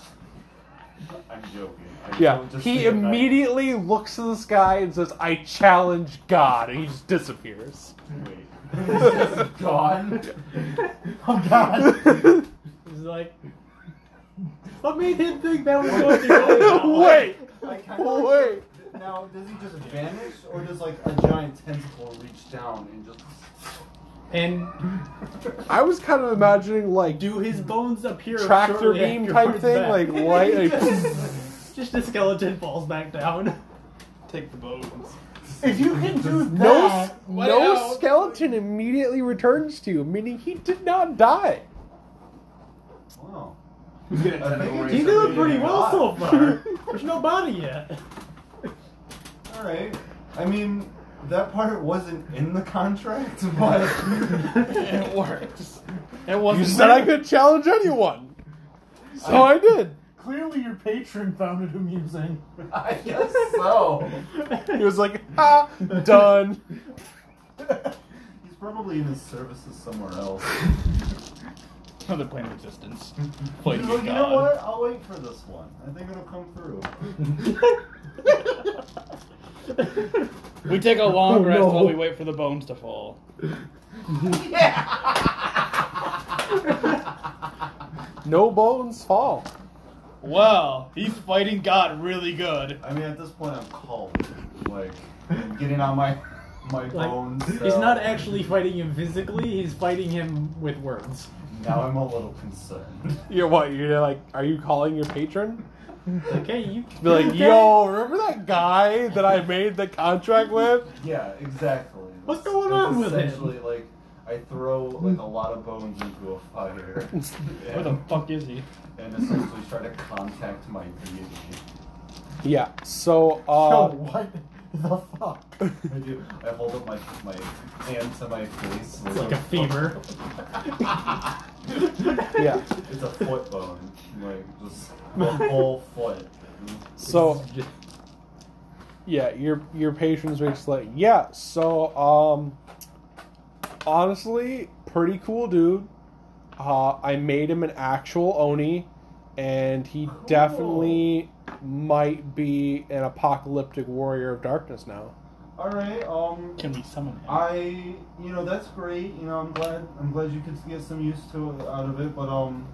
Speaker 3: I'm joking. I
Speaker 2: Yeah.
Speaker 3: don't just
Speaker 2: He
Speaker 3: say it back.
Speaker 2: immediately looks to the sky and says, I challenge God, and he just disappears.
Speaker 3: Wait. It's just gone.
Speaker 6: Oh, God.
Speaker 1: He's like, what made him think that was going to go?
Speaker 2: Wait!
Speaker 3: I kinda like
Speaker 2: Wait!
Speaker 3: Now, does he just vanish, or does like a giant tentacle reach down and just?
Speaker 1: And
Speaker 2: I was kind of imagining, like,
Speaker 1: do his bones appear?
Speaker 2: tractor
Speaker 1: shortly
Speaker 2: beam type
Speaker 1: afterwards
Speaker 2: thing,
Speaker 1: back?
Speaker 2: like, light. Like,
Speaker 1: just a skeleton falls back down.
Speaker 4: Take the bones.
Speaker 6: if you can do that.
Speaker 2: No, s-
Speaker 8: What
Speaker 2: no
Speaker 8: else?
Speaker 2: skeleton immediately returns to you, meaning he did not die.
Speaker 3: Wow.
Speaker 4: He's gonna
Speaker 3: I think
Speaker 4: tentacle
Speaker 3: it's
Speaker 1: He's
Speaker 4: raise
Speaker 3: a
Speaker 1: doing
Speaker 4: him.
Speaker 1: pretty well so far. There's no body yet.
Speaker 3: All right. I mean, that part wasn't in the contract, but
Speaker 4: It works. It wasn't.
Speaker 2: You said I could challenge anyone, so I did.
Speaker 6: Clearly, your patron found it amusing.
Speaker 3: I guess so.
Speaker 2: He was like, "Ah, done."
Speaker 3: He's probably in his services somewhere else.
Speaker 4: Oh, another plane of existence.
Speaker 3: You
Speaker 4: Played
Speaker 3: know,
Speaker 4: with
Speaker 3: you know
Speaker 4: God.
Speaker 3: what? I'll wait for this one. I think it'll come through.
Speaker 4: We take a long
Speaker 6: Oh,
Speaker 4: rest
Speaker 6: no.
Speaker 4: while we wait for the bones to fall.
Speaker 2: No bones fall.
Speaker 4: Wow, he's fighting God really good.
Speaker 3: I mean, at this point, I'm cold. Like, I'm getting on my my
Speaker 1: Like,
Speaker 3: bones.
Speaker 1: He's
Speaker 3: so
Speaker 1: not actually fighting him physically. He's fighting him with words.
Speaker 3: Now I'm a little concerned.
Speaker 2: You're what? You're like, are you calling your patron?
Speaker 1: Like, hey, you
Speaker 2: Be like,
Speaker 1: okay?
Speaker 2: yo, remember that guy that I made the contract with?
Speaker 3: Yeah, exactly.
Speaker 1: What's
Speaker 3: That's-
Speaker 1: going
Speaker 3: that's
Speaker 1: on with him?
Speaker 3: Essentially, like I throw like a lot of bones into a fire,
Speaker 4: Where the
Speaker 3: and,
Speaker 4: fuck is he?
Speaker 3: and essentially try to contact my deity.
Speaker 2: Yeah. So,
Speaker 6: Oh,
Speaker 2: uh,
Speaker 6: what the fuck?
Speaker 3: I do. I hold up my my hand to my face.
Speaker 1: It's like a femur.
Speaker 2: yeah.
Speaker 3: It's a foot bone, like just the whole foot.
Speaker 2: So, yeah, your your patrons basically like, yeah. So, um, honestly pretty cool dude. Uh, I made him an actual Oni, and he definitely might be an apocalyptic warrior of darkness now.
Speaker 3: All right. Um.
Speaker 4: Can we summon him?
Speaker 3: I, you know, that's great. You know, I'm glad. I'm glad you could get some use to out of it. But um,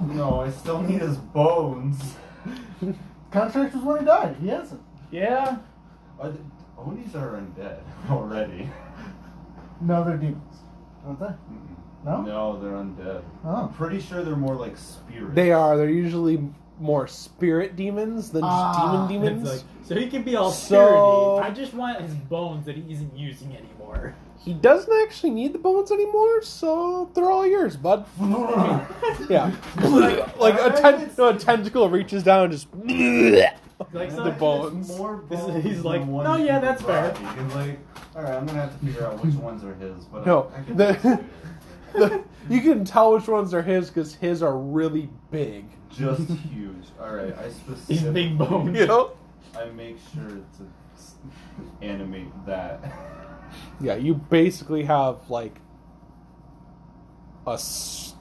Speaker 3: no, I still need his bones.
Speaker 6: Contractors when he died. He hasn't.
Speaker 4: yeah.
Speaker 3: Are the, Onis are undead already.
Speaker 6: No, they're demons, aren't they?
Speaker 3: Mm-mm.
Speaker 6: No?
Speaker 3: No, they're undead. I'm
Speaker 6: Oh.
Speaker 3: pretty sure they're more like spirits.
Speaker 2: They are. They're usually more spirit demons than just
Speaker 6: Ah,
Speaker 2: demon
Speaker 1: It's
Speaker 2: demons.
Speaker 1: like, so he can be all
Speaker 2: So-
Speaker 1: spirity. I just want his bones that he isn't using anymore.
Speaker 2: He doesn't actually need the bones anymore, so they're all yours, bud. yeah, like, like a, ten- no, a tentacle reaches down and just.
Speaker 1: Like
Speaker 3: And
Speaker 1: so
Speaker 2: The
Speaker 3: it's
Speaker 2: bones.
Speaker 3: More
Speaker 1: This is-
Speaker 3: bones
Speaker 1: he's
Speaker 3: than
Speaker 1: like,
Speaker 3: one
Speaker 1: "No, yeah,
Speaker 3: human
Speaker 1: that's fair."
Speaker 3: body. He's like, all right, I'm gonna have to figure out which ones are his. But
Speaker 2: No,
Speaker 3: I, I can
Speaker 2: the,
Speaker 3: do it.
Speaker 2: the, you can tell which ones are his because his are really big.
Speaker 3: just huge. All right, I specifically.
Speaker 1: He's big boned.
Speaker 2: You know?
Speaker 3: I make sure to s- animate that.
Speaker 2: Yeah, you basically have like a s-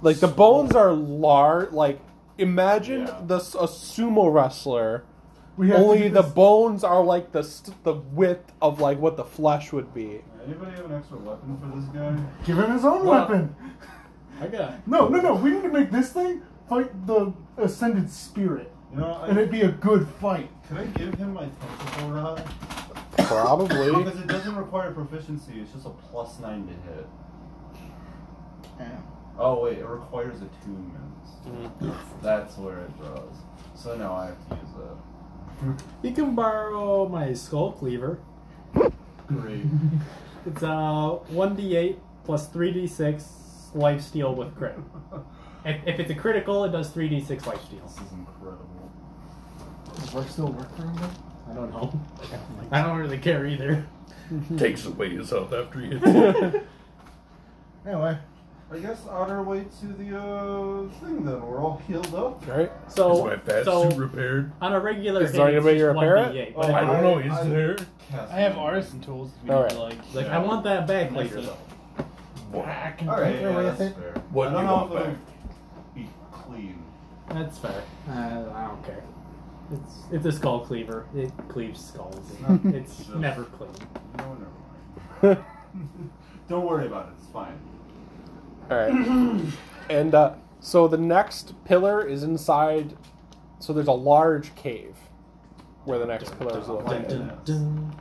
Speaker 2: like the bones are large. Like imagine
Speaker 3: Yeah.
Speaker 2: the s- a sumo wrestler.
Speaker 6: We have to
Speaker 2: Only
Speaker 6: do
Speaker 2: the
Speaker 6: this-
Speaker 2: bones are like the st- the width of like what the flesh would be.
Speaker 3: Anybody have an extra weapon for this guy?
Speaker 6: Give him his own
Speaker 1: Well-
Speaker 6: weapon.
Speaker 1: I got
Speaker 6: No, no, no. We need to make this thing fight the ascended spirit,
Speaker 3: You know, I,
Speaker 6: and it'd be a good fight.
Speaker 3: could I give him my tentacle rod?
Speaker 2: Probably.
Speaker 3: Because it doesn't require proficiency. It's just a plus nine to hit. Oh wait, it requires attunement. That's where it draws. So now I have to use that.
Speaker 1: You can borrow my skull cleaver.
Speaker 3: Great.
Speaker 1: It's uh one d eight plus three d six life steal with crit. If, if it's a critical, it does three d six life steals.
Speaker 3: this is incredible.
Speaker 6: Does work still work for him? though?
Speaker 1: I don't know. I don't really care either.
Speaker 5: Takes away his health after he hits it.
Speaker 6: Anyway,
Speaker 3: I guess on our way to the uh, thing then. We're all healed up.
Speaker 2: Right?
Speaker 5: Is
Speaker 1: So
Speaker 5: my fat suit
Speaker 1: so
Speaker 5: repaired?
Speaker 1: on a regular
Speaker 2: Is there
Speaker 1: hit, it's
Speaker 2: anybody to
Speaker 1: just
Speaker 2: repair it?
Speaker 1: 1d8,
Speaker 3: Oh,
Speaker 1: but
Speaker 5: I
Speaker 1: if
Speaker 5: don't
Speaker 1: I-
Speaker 5: know. Is there?
Speaker 3: Cast
Speaker 4: I have
Speaker 3: my-
Speaker 4: artisan tools. We
Speaker 2: All
Speaker 4: need
Speaker 2: right.
Speaker 4: to, like,
Speaker 1: Like I want that back
Speaker 4: Nice
Speaker 1: later
Speaker 4: little-
Speaker 1: though.
Speaker 5: Whack.
Speaker 3: All right,
Speaker 6: You're
Speaker 3: yeah,
Speaker 6: with
Speaker 3: that's
Speaker 6: it.
Speaker 3: fair.
Speaker 5: What
Speaker 3: I
Speaker 5: do
Speaker 3: don't
Speaker 5: you
Speaker 3: know
Speaker 5: want
Speaker 3: if it'll
Speaker 5: back?
Speaker 3: be clean.
Speaker 1: That's fair.
Speaker 7: Uh, I don't care.
Speaker 1: It's it's a skull cleaver. It cleaves skulls.
Speaker 3: It's not-
Speaker 1: It's
Speaker 3: so-
Speaker 1: never clean.
Speaker 3: No, never mind. Don't worry about it. It's fine.
Speaker 2: All right. And uh, so the next pillar is inside. So there's a large cave where the next pillar is
Speaker 1: Dun,
Speaker 2: located.
Speaker 1: dun, dun.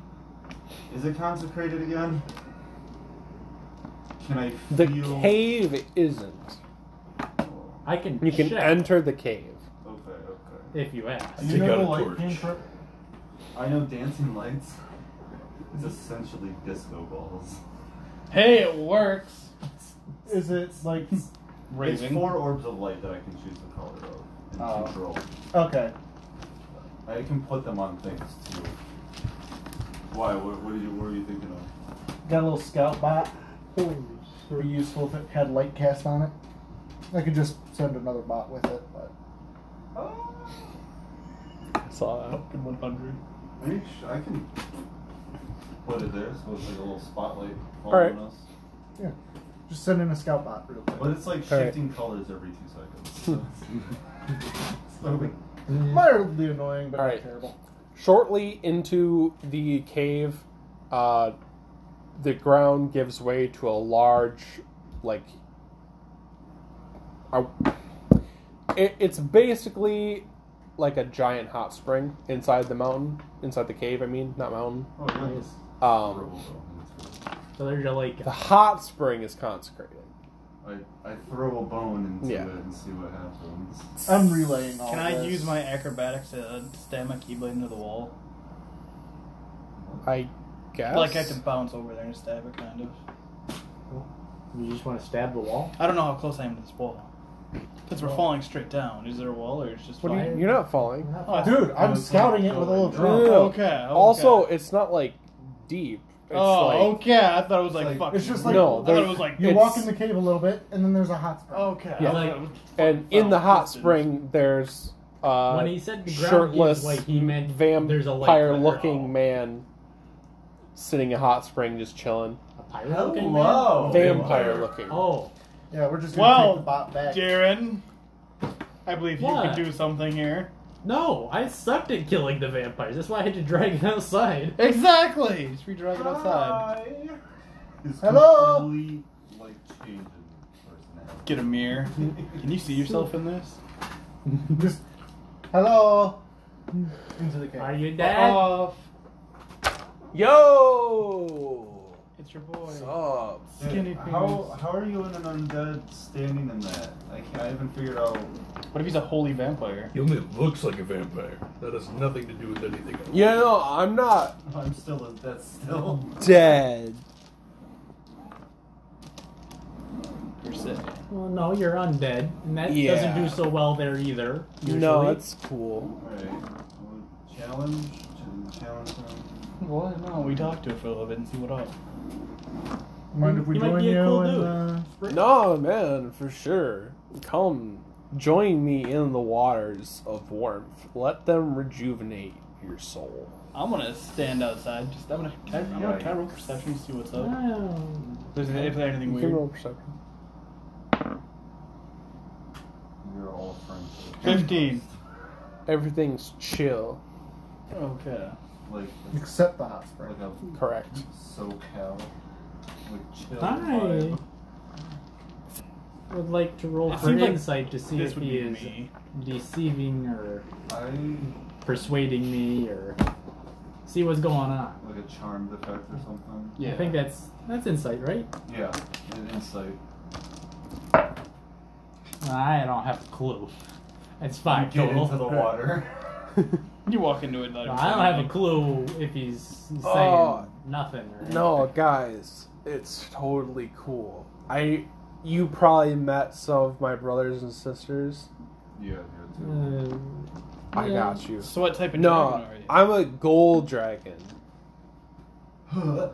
Speaker 3: Is it consecrated again? Can I feel?
Speaker 2: The cave isn't.
Speaker 3: Oh,
Speaker 1: I can.
Speaker 2: You can
Speaker 1: check
Speaker 2: enter the cave.
Speaker 3: okay, okay.
Speaker 1: if you ask.
Speaker 6: you
Speaker 5: Take
Speaker 6: know
Speaker 5: out
Speaker 6: the
Speaker 5: a
Speaker 6: light
Speaker 5: torch.
Speaker 6: came from.
Speaker 3: I know dancing lights is essentially disco balls.
Speaker 4: Hey, it works.
Speaker 6: Is it like
Speaker 3: It's four orbs of light that I can choose the color of and
Speaker 6: Oh.
Speaker 3: control.
Speaker 6: okay?
Speaker 3: I can put them on things too. Why? What, what, did you, what were you thinking of?
Speaker 6: Got a little scout bot. Would be useful if it had light cast on it. I could just send another bot with it, but
Speaker 4: Uh,
Speaker 2: I saw that.
Speaker 4: Fucking 100.
Speaker 3: I, mean, sh- I can put it there so it's like a little spotlight
Speaker 2: Alright.
Speaker 3: following us.
Speaker 6: yeah, just send in a scout bot real quick.
Speaker 3: But it's like
Speaker 2: Alright.
Speaker 3: shifting colors every two seconds. So oh, it's not big.
Speaker 6: Mildly annoying, but
Speaker 2: All
Speaker 6: not
Speaker 2: right.
Speaker 6: terrible.
Speaker 2: Shortly into the cave, uh, the ground gives way to a large, like, a, it, it's basically like a giant hot spring inside the mountain, inside the cave. I mean, not mountain.
Speaker 3: Oh, yeah. it's
Speaker 2: Um,
Speaker 3: horrible though. It's-
Speaker 1: So there's a like.
Speaker 2: the hot spring is consecrated.
Speaker 3: I, I throw a bone into
Speaker 2: Yeah.
Speaker 3: it and see what happens.
Speaker 6: I'm relaying all
Speaker 4: Can I
Speaker 6: this.
Speaker 4: use my acrobatics to stab my keyblade into the wall?
Speaker 2: I guess.
Speaker 4: Like I have to bounce over there and stab it, kind of.
Speaker 1: You just want to stab the wall.
Speaker 4: I don't know how close I am to this wall. Because we're falling straight down. Is there a wall or is it just
Speaker 2: What are
Speaker 4: fire?
Speaker 2: you, you're not falling.
Speaker 4: Oh,
Speaker 6: Dude, I'm
Speaker 3: was
Speaker 6: scouting
Speaker 3: like,
Speaker 6: it with a little
Speaker 3: oh,
Speaker 6: drone.
Speaker 2: no.
Speaker 4: Okay, okay.
Speaker 2: Also, it's not like deep. It's
Speaker 4: oh,
Speaker 2: like,
Speaker 4: okay. I thought it was
Speaker 3: like-
Speaker 4: like, fuck.
Speaker 6: It's just like
Speaker 2: No,
Speaker 4: I thought
Speaker 2: there-
Speaker 4: it was like Oh.
Speaker 6: you
Speaker 2: it's-
Speaker 6: walk in the cave a little bit, and then there's a hot spring.
Speaker 4: Okay.
Speaker 2: Yeah.
Speaker 1: Like-
Speaker 2: And in
Speaker 4: oh,
Speaker 2: the hot
Speaker 4: Distance.
Speaker 2: spring, there's uh,
Speaker 1: when he said the ground
Speaker 2: shirtless,
Speaker 1: gives way, he meant there's a light flicker
Speaker 2: vampire-looking
Speaker 1: off.
Speaker 2: man sitting in a hot spring, just chilling.
Speaker 1: A pirate looking
Speaker 3: Hello.
Speaker 1: man?
Speaker 2: vampire looking.
Speaker 1: Oh,
Speaker 6: Yeah, we're just gonna take the
Speaker 4: Well,
Speaker 6: bot back.
Speaker 4: Darren, I believe you
Speaker 1: What?
Speaker 4: could do something here.
Speaker 1: no, I sucked at killing the vampires. That's why I had to drag it outside.
Speaker 4: Exactly. Just redraw it outside.
Speaker 3: Is
Speaker 6: Hello?
Speaker 3: completely life changing personality.
Speaker 4: Get a mirror. Can you see yourself in this?
Speaker 6: Just, hello. Into the
Speaker 1: Are
Speaker 6: cave.
Speaker 1: you dead?
Speaker 4: Off.
Speaker 2: Yo!
Speaker 4: It's your boy.
Speaker 2: Sup?
Speaker 3: Dude,
Speaker 4: Skinny
Speaker 3: how,
Speaker 4: fingers.
Speaker 3: how are you in an undead standing in that? I, can't, I haven't figured out.
Speaker 4: What if he's a holy vampire?
Speaker 5: He only looks like a vampire. That has nothing to do with anything else.
Speaker 2: Yeah, no, I'm not
Speaker 3: I'm still a, that's still.
Speaker 2: dead.
Speaker 4: You're sick.
Speaker 1: Well, no, you're undead, and that
Speaker 2: Yeah.
Speaker 1: doesn't do so well there either. Usually.
Speaker 2: No, that's cool.
Speaker 3: Alright. well, Challenge? Ch- Challenge him.
Speaker 4: Well, no, we talk to it for a little bit and see what up.
Speaker 6: Mind if we
Speaker 1: You might
Speaker 6: join
Speaker 1: be a
Speaker 6: you?
Speaker 1: cool
Speaker 6: and,
Speaker 1: dude.
Speaker 6: uh,
Speaker 2: No, man, for sure. Come, join me in the waters of warmth. Let them rejuvenate your soul.
Speaker 4: I'm gonna stand outside. Just I'm gonna can I, I'm gonna try roll perception to see what's up. If there's, if there's anything
Speaker 2: You can roll
Speaker 4: weird.
Speaker 2: perception.
Speaker 3: You're all friends.
Speaker 4: Fifteen.
Speaker 2: Everything's chill.
Speaker 4: Okay.
Speaker 3: Like,
Speaker 6: except the hot
Speaker 3: like
Speaker 6: spring.
Speaker 3: a
Speaker 2: Correct.
Speaker 3: SoCal. Like chill.
Speaker 1: Hi.
Speaker 3: vibe.
Speaker 1: Would like to roll
Speaker 4: It
Speaker 1: for
Speaker 4: seems like
Speaker 1: insight to see
Speaker 4: this
Speaker 1: if
Speaker 4: would
Speaker 1: he
Speaker 4: be
Speaker 1: is
Speaker 4: me.
Speaker 1: deceiving or
Speaker 3: I.
Speaker 1: persuading me or see what's going on.
Speaker 3: Like a charmed effect or something.
Speaker 1: I think that's that's insight, right?
Speaker 3: Yeah. An insight.
Speaker 1: I don't have a clue. It's
Speaker 3: You
Speaker 1: five
Speaker 3: get
Speaker 1: total.
Speaker 3: into the water.
Speaker 4: You walk into it. Like,
Speaker 1: I don't have a clue if he's saying
Speaker 2: Oh.
Speaker 1: nothing. Or
Speaker 2: No, guys, it's totally cool. I, you probably met some of my brothers and sisters.
Speaker 3: yeah, yeah, too.
Speaker 1: anything. Uh,
Speaker 2: I
Speaker 1: yeah.
Speaker 2: got you.
Speaker 4: So what type of
Speaker 2: No,
Speaker 4: dragon are you?
Speaker 2: I'm a gold dragon.
Speaker 6: Uh.
Speaker 3: oh,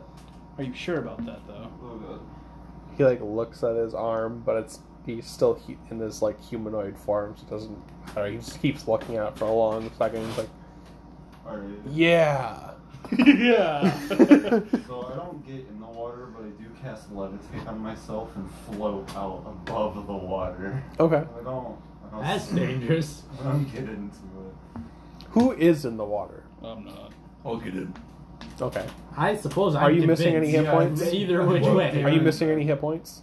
Speaker 4: Are you sure about that though?
Speaker 3: God.
Speaker 2: He like looks at his arm, but it's he's still hu in his like humanoid form, so it doesn't. I don't know, he just keeps looking at it for a long second. He's like,
Speaker 3: Alright.
Speaker 2: yeah.
Speaker 4: yeah.
Speaker 3: So I don't get in the water, but I do cast levitate on myself and float out above the water.
Speaker 2: okay.
Speaker 3: I don't. I don't
Speaker 1: That's dangerous.
Speaker 3: I don't get into it.
Speaker 2: Who is in the water?
Speaker 4: I'm not.
Speaker 5: I'll get in.
Speaker 2: Okay.
Speaker 1: I suppose.
Speaker 2: Are
Speaker 1: I'm
Speaker 2: you missing any hit
Speaker 3: Yeah,
Speaker 1: convinced.
Speaker 2: points?
Speaker 3: it's-
Speaker 1: Either which
Speaker 5: Well,
Speaker 1: way.
Speaker 2: Are you missing any hit points?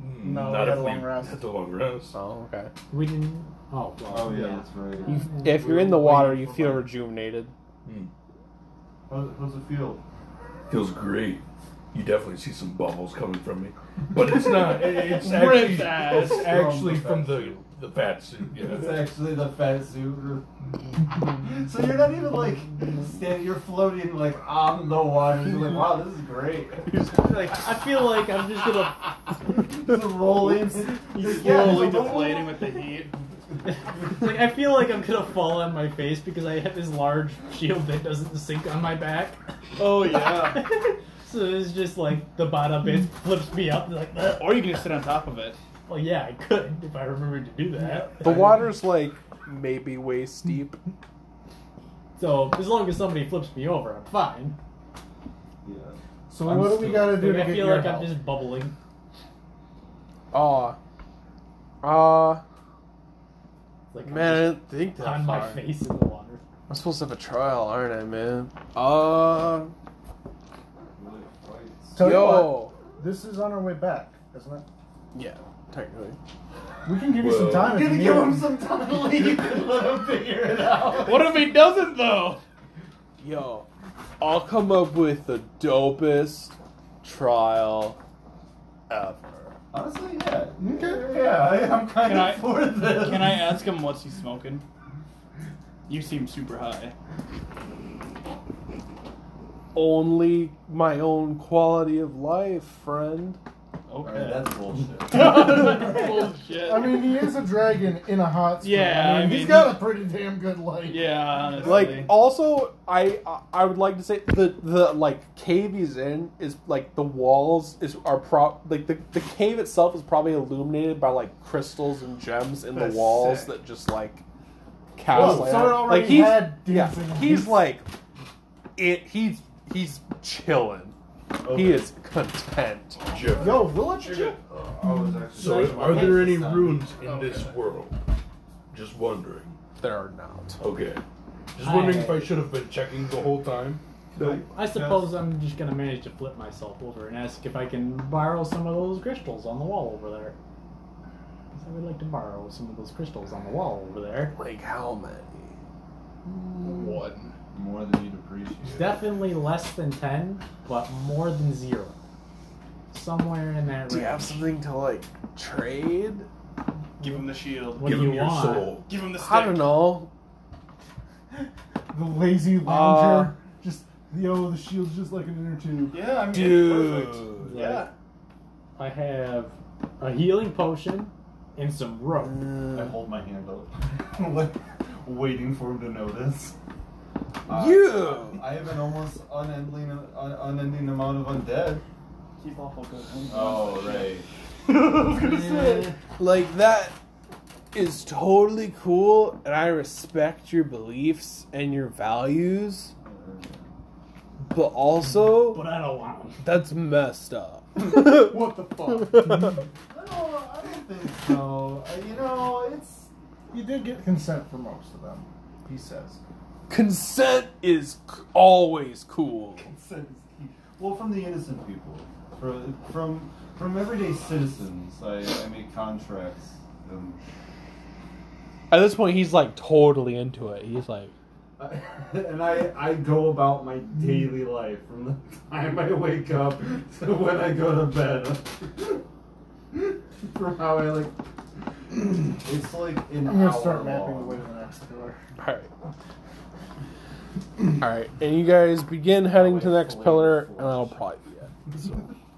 Speaker 5: Mm,
Speaker 6: No,
Speaker 5: not
Speaker 6: we
Speaker 5: if
Speaker 6: had a long rest.
Speaker 5: That's a long rest.
Speaker 2: Oh, okay.
Speaker 1: We didn't. Oh, well,
Speaker 3: Oh yeah, that's right.
Speaker 1: You-
Speaker 2: If you're in the water, you feel rejuvenated.
Speaker 5: Mm.
Speaker 3: How, how's it feel?
Speaker 5: Feels great. You definitely see some bubbles coming from me, but it's not. it- It's actually,
Speaker 4: Ripped
Speaker 5: it's
Speaker 4: ass.
Speaker 5: actually
Speaker 3: From
Speaker 5: from
Speaker 3: the
Speaker 5: the the fat suit.
Speaker 3: It's
Speaker 5: Yeah.
Speaker 3: actually the fat suit. So you're not even like stand. You're floating like on the water. You're like, wow, this is great. You're just like
Speaker 1: I feel like I'm just gonna.
Speaker 3: just rolling.
Speaker 4: He's
Speaker 3: Yeah,
Speaker 4: slowly
Speaker 3: it's like,
Speaker 4: deflating with the heat.
Speaker 1: Like I feel like I'm gonna fall on my face because I have this large shield that doesn't sink on my back.
Speaker 4: Oh yeah.
Speaker 1: so it's just like the bottom bit flips me up and like, "Ugh."
Speaker 4: or you can just sit on top of it.
Speaker 1: well, yeah, I could if I remembered to do that.
Speaker 2: The water's like maybe waist deep.
Speaker 1: So as long as somebody flips me over, I'm fine.
Speaker 3: Yeah.
Speaker 6: So
Speaker 3: I'm
Speaker 6: what do we
Speaker 3: still-
Speaker 6: gotta do to
Speaker 1: Like, I
Speaker 6: get
Speaker 1: feel
Speaker 6: your
Speaker 1: like
Speaker 6: help?
Speaker 1: I'm just bubbling.
Speaker 2: Aw. Aw.
Speaker 1: Like I'm
Speaker 2: Man, I didn't think
Speaker 1: just
Speaker 2: that
Speaker 1: on my
Speaker 2: far.
Speaker 1: face in the water.
Speaker 2: I'm supposed to have a trial, aren't I, man? Uh,
Speaker 3: Really fights.
Speaker 6: Tell you
Speaker 2: yo.
Speaker 6: what, this is on our way back, isn't it?
Speaker 2: Yeah, technically.
Speaker 6: We can give you some
Speaker 5: Well-
Speaker 6: time. if you
Speaker 3: Gonna give
Speaker 6: need
Speaker 3: him
Speaker 6: it.
Speaker 3: some time to leave and let him figure it out.
Speaker 4: What if he doesn't though?
Speaker 2: Yo, I'll come up with the dopest trial ever.
Speaker 3: Honestly, yeah. Okay. Yeah, I, I'm
Speaker 4: Can
Speaker 3: kind of
Speaker 4: I-
Speaker 3: for this.
Speaker 4: Can I ask him what's he smoking? You seem super high.
Speaker 2: Only my own quality of life, friend.
Speaker 4: Okay.
Speaker 3: Alright, that's bullshit.
Speaker 4: bullshit.
Speaker 6: I mean, he is a dragon in a hot spring.
Speaker 4: Yeah,
Speaker 6: I mean,
Speaker 4: I
Speaker 6: he's
Speaker 4: mean,
Speaker 6: got
Speaker 4: he-
Speaker 6: a pretty damn good life.
Speaker 4: yeah, honestly.
Speaker 2: Like, also, I I- I would like to say the the like cave he's in is like the walls is are pro like the the cave itself is probably illuminated by like crystals and gems in
Speaker 4: That's
Speaker 2: the walls
Speaker 4: sick.
Speaker 2: that just like cast
Speaker 6: Whoa,
Speaker 2: light
Speaker 6: so
Speaker 2: on-
Speaker 6: it already
Speaker 2: like he's
Speaker 6: had
Speaker 2: yeah,
Speaker 6: dancing
Speaker 2: he's
Speaker 6: lights.
Speaker 2: like it he's he's chilling. He
Speaker 3: Okay.
Speaker 2: is content.
Speaker 5: Jeff.
Speaker 6: Yo, we'll let you
Speaker 8: You're
Speaker 6: do it.
Speaker 8: good.
Speaker 3: Uh, I was actually.
Speaker 5: So, are there any runes in
Speaker 8: Okay.
Speaker 5: this world? Just wondering.
Speaker 2: There are not.
Speaker 5: Okay. Just wondering if I should have been checking the whole time.
Speaker 3: No.
Speaker 1: I suppose I'm just gonna manage to flip myself over and ask if I can borrow some of those crystals on the wall over there. 'Cause I would like to borrow some of those crystals on the wall over there.
Speaker 2: Like how many?
Speaker 8: One.
Speaker 3: More than you'd appreciate.
Speaker 1: It's definitely less than ten, but more than zero. Somewhere in that range.
Speaker 2: Do you have something to like trade?
Speaker 4: Give him the shield.
Speaker 1: What
Speaker 5: Give
Speaker 1: do
Speaker 5: him
Speaker 1: you
Speaker 5: your
Speaker 1: want?
Speaker 5: soul.
Speaker 4: Give him the stick.
Speaker 2: I don't know.
Speaker 6: The lazy lounger.
Speaker 2: Uh,
Speaker 6: just, yo, the shield's just like an inner tube.
Speaker 4: Yeah, I mean, it's perfect.
Speaker 2: Dude.
Speaker 4: Yeah.
Speaker 1: I have a healing potion and some rope.
Speaker 3: I hold my hand up, like, waiting for him to notice. Uh,
Speaker 2: You.
Speaker 3: I have an almost unending, un- unending amount of undead.
Speaker 4: Keep awful good.
Speaker 3: Oh right.
Speaker 4: I was gonna say.
Speaker 2: Like that is totally cool and I respect your beliefs and your values, but also
Speaker 1: But I don't want them.
Speaker 2: that's messed up.
Speaker 4: What the fuck?
Speaker 3: I don't, I don't think so. Uh, You know, it's
Speaker 6: You did get consent for most of them, he says.
Speaker 2: Consent is c- always cool.
Speaker 3: consent is key. Well, from the innocent people, from from, from everyday citizens, I, I make contracts. Um,
Speaker 2: At this point, he's like totally into it. He's like,
Speaker 3: and I, I go about my daily life from the time I wake up to when I go to bed. from how I like. It's like
Speaker 6: I'm
Speaker 3: an
Speaker 6: gonna
Speaker 3: hour
Speaker 6: start mapping the
Speaker 3: long.
Speaker 6: way to the next door.
Speaker 2: all right. All right, and you guys begin heading to the next pillar, and I'll probably be it. So.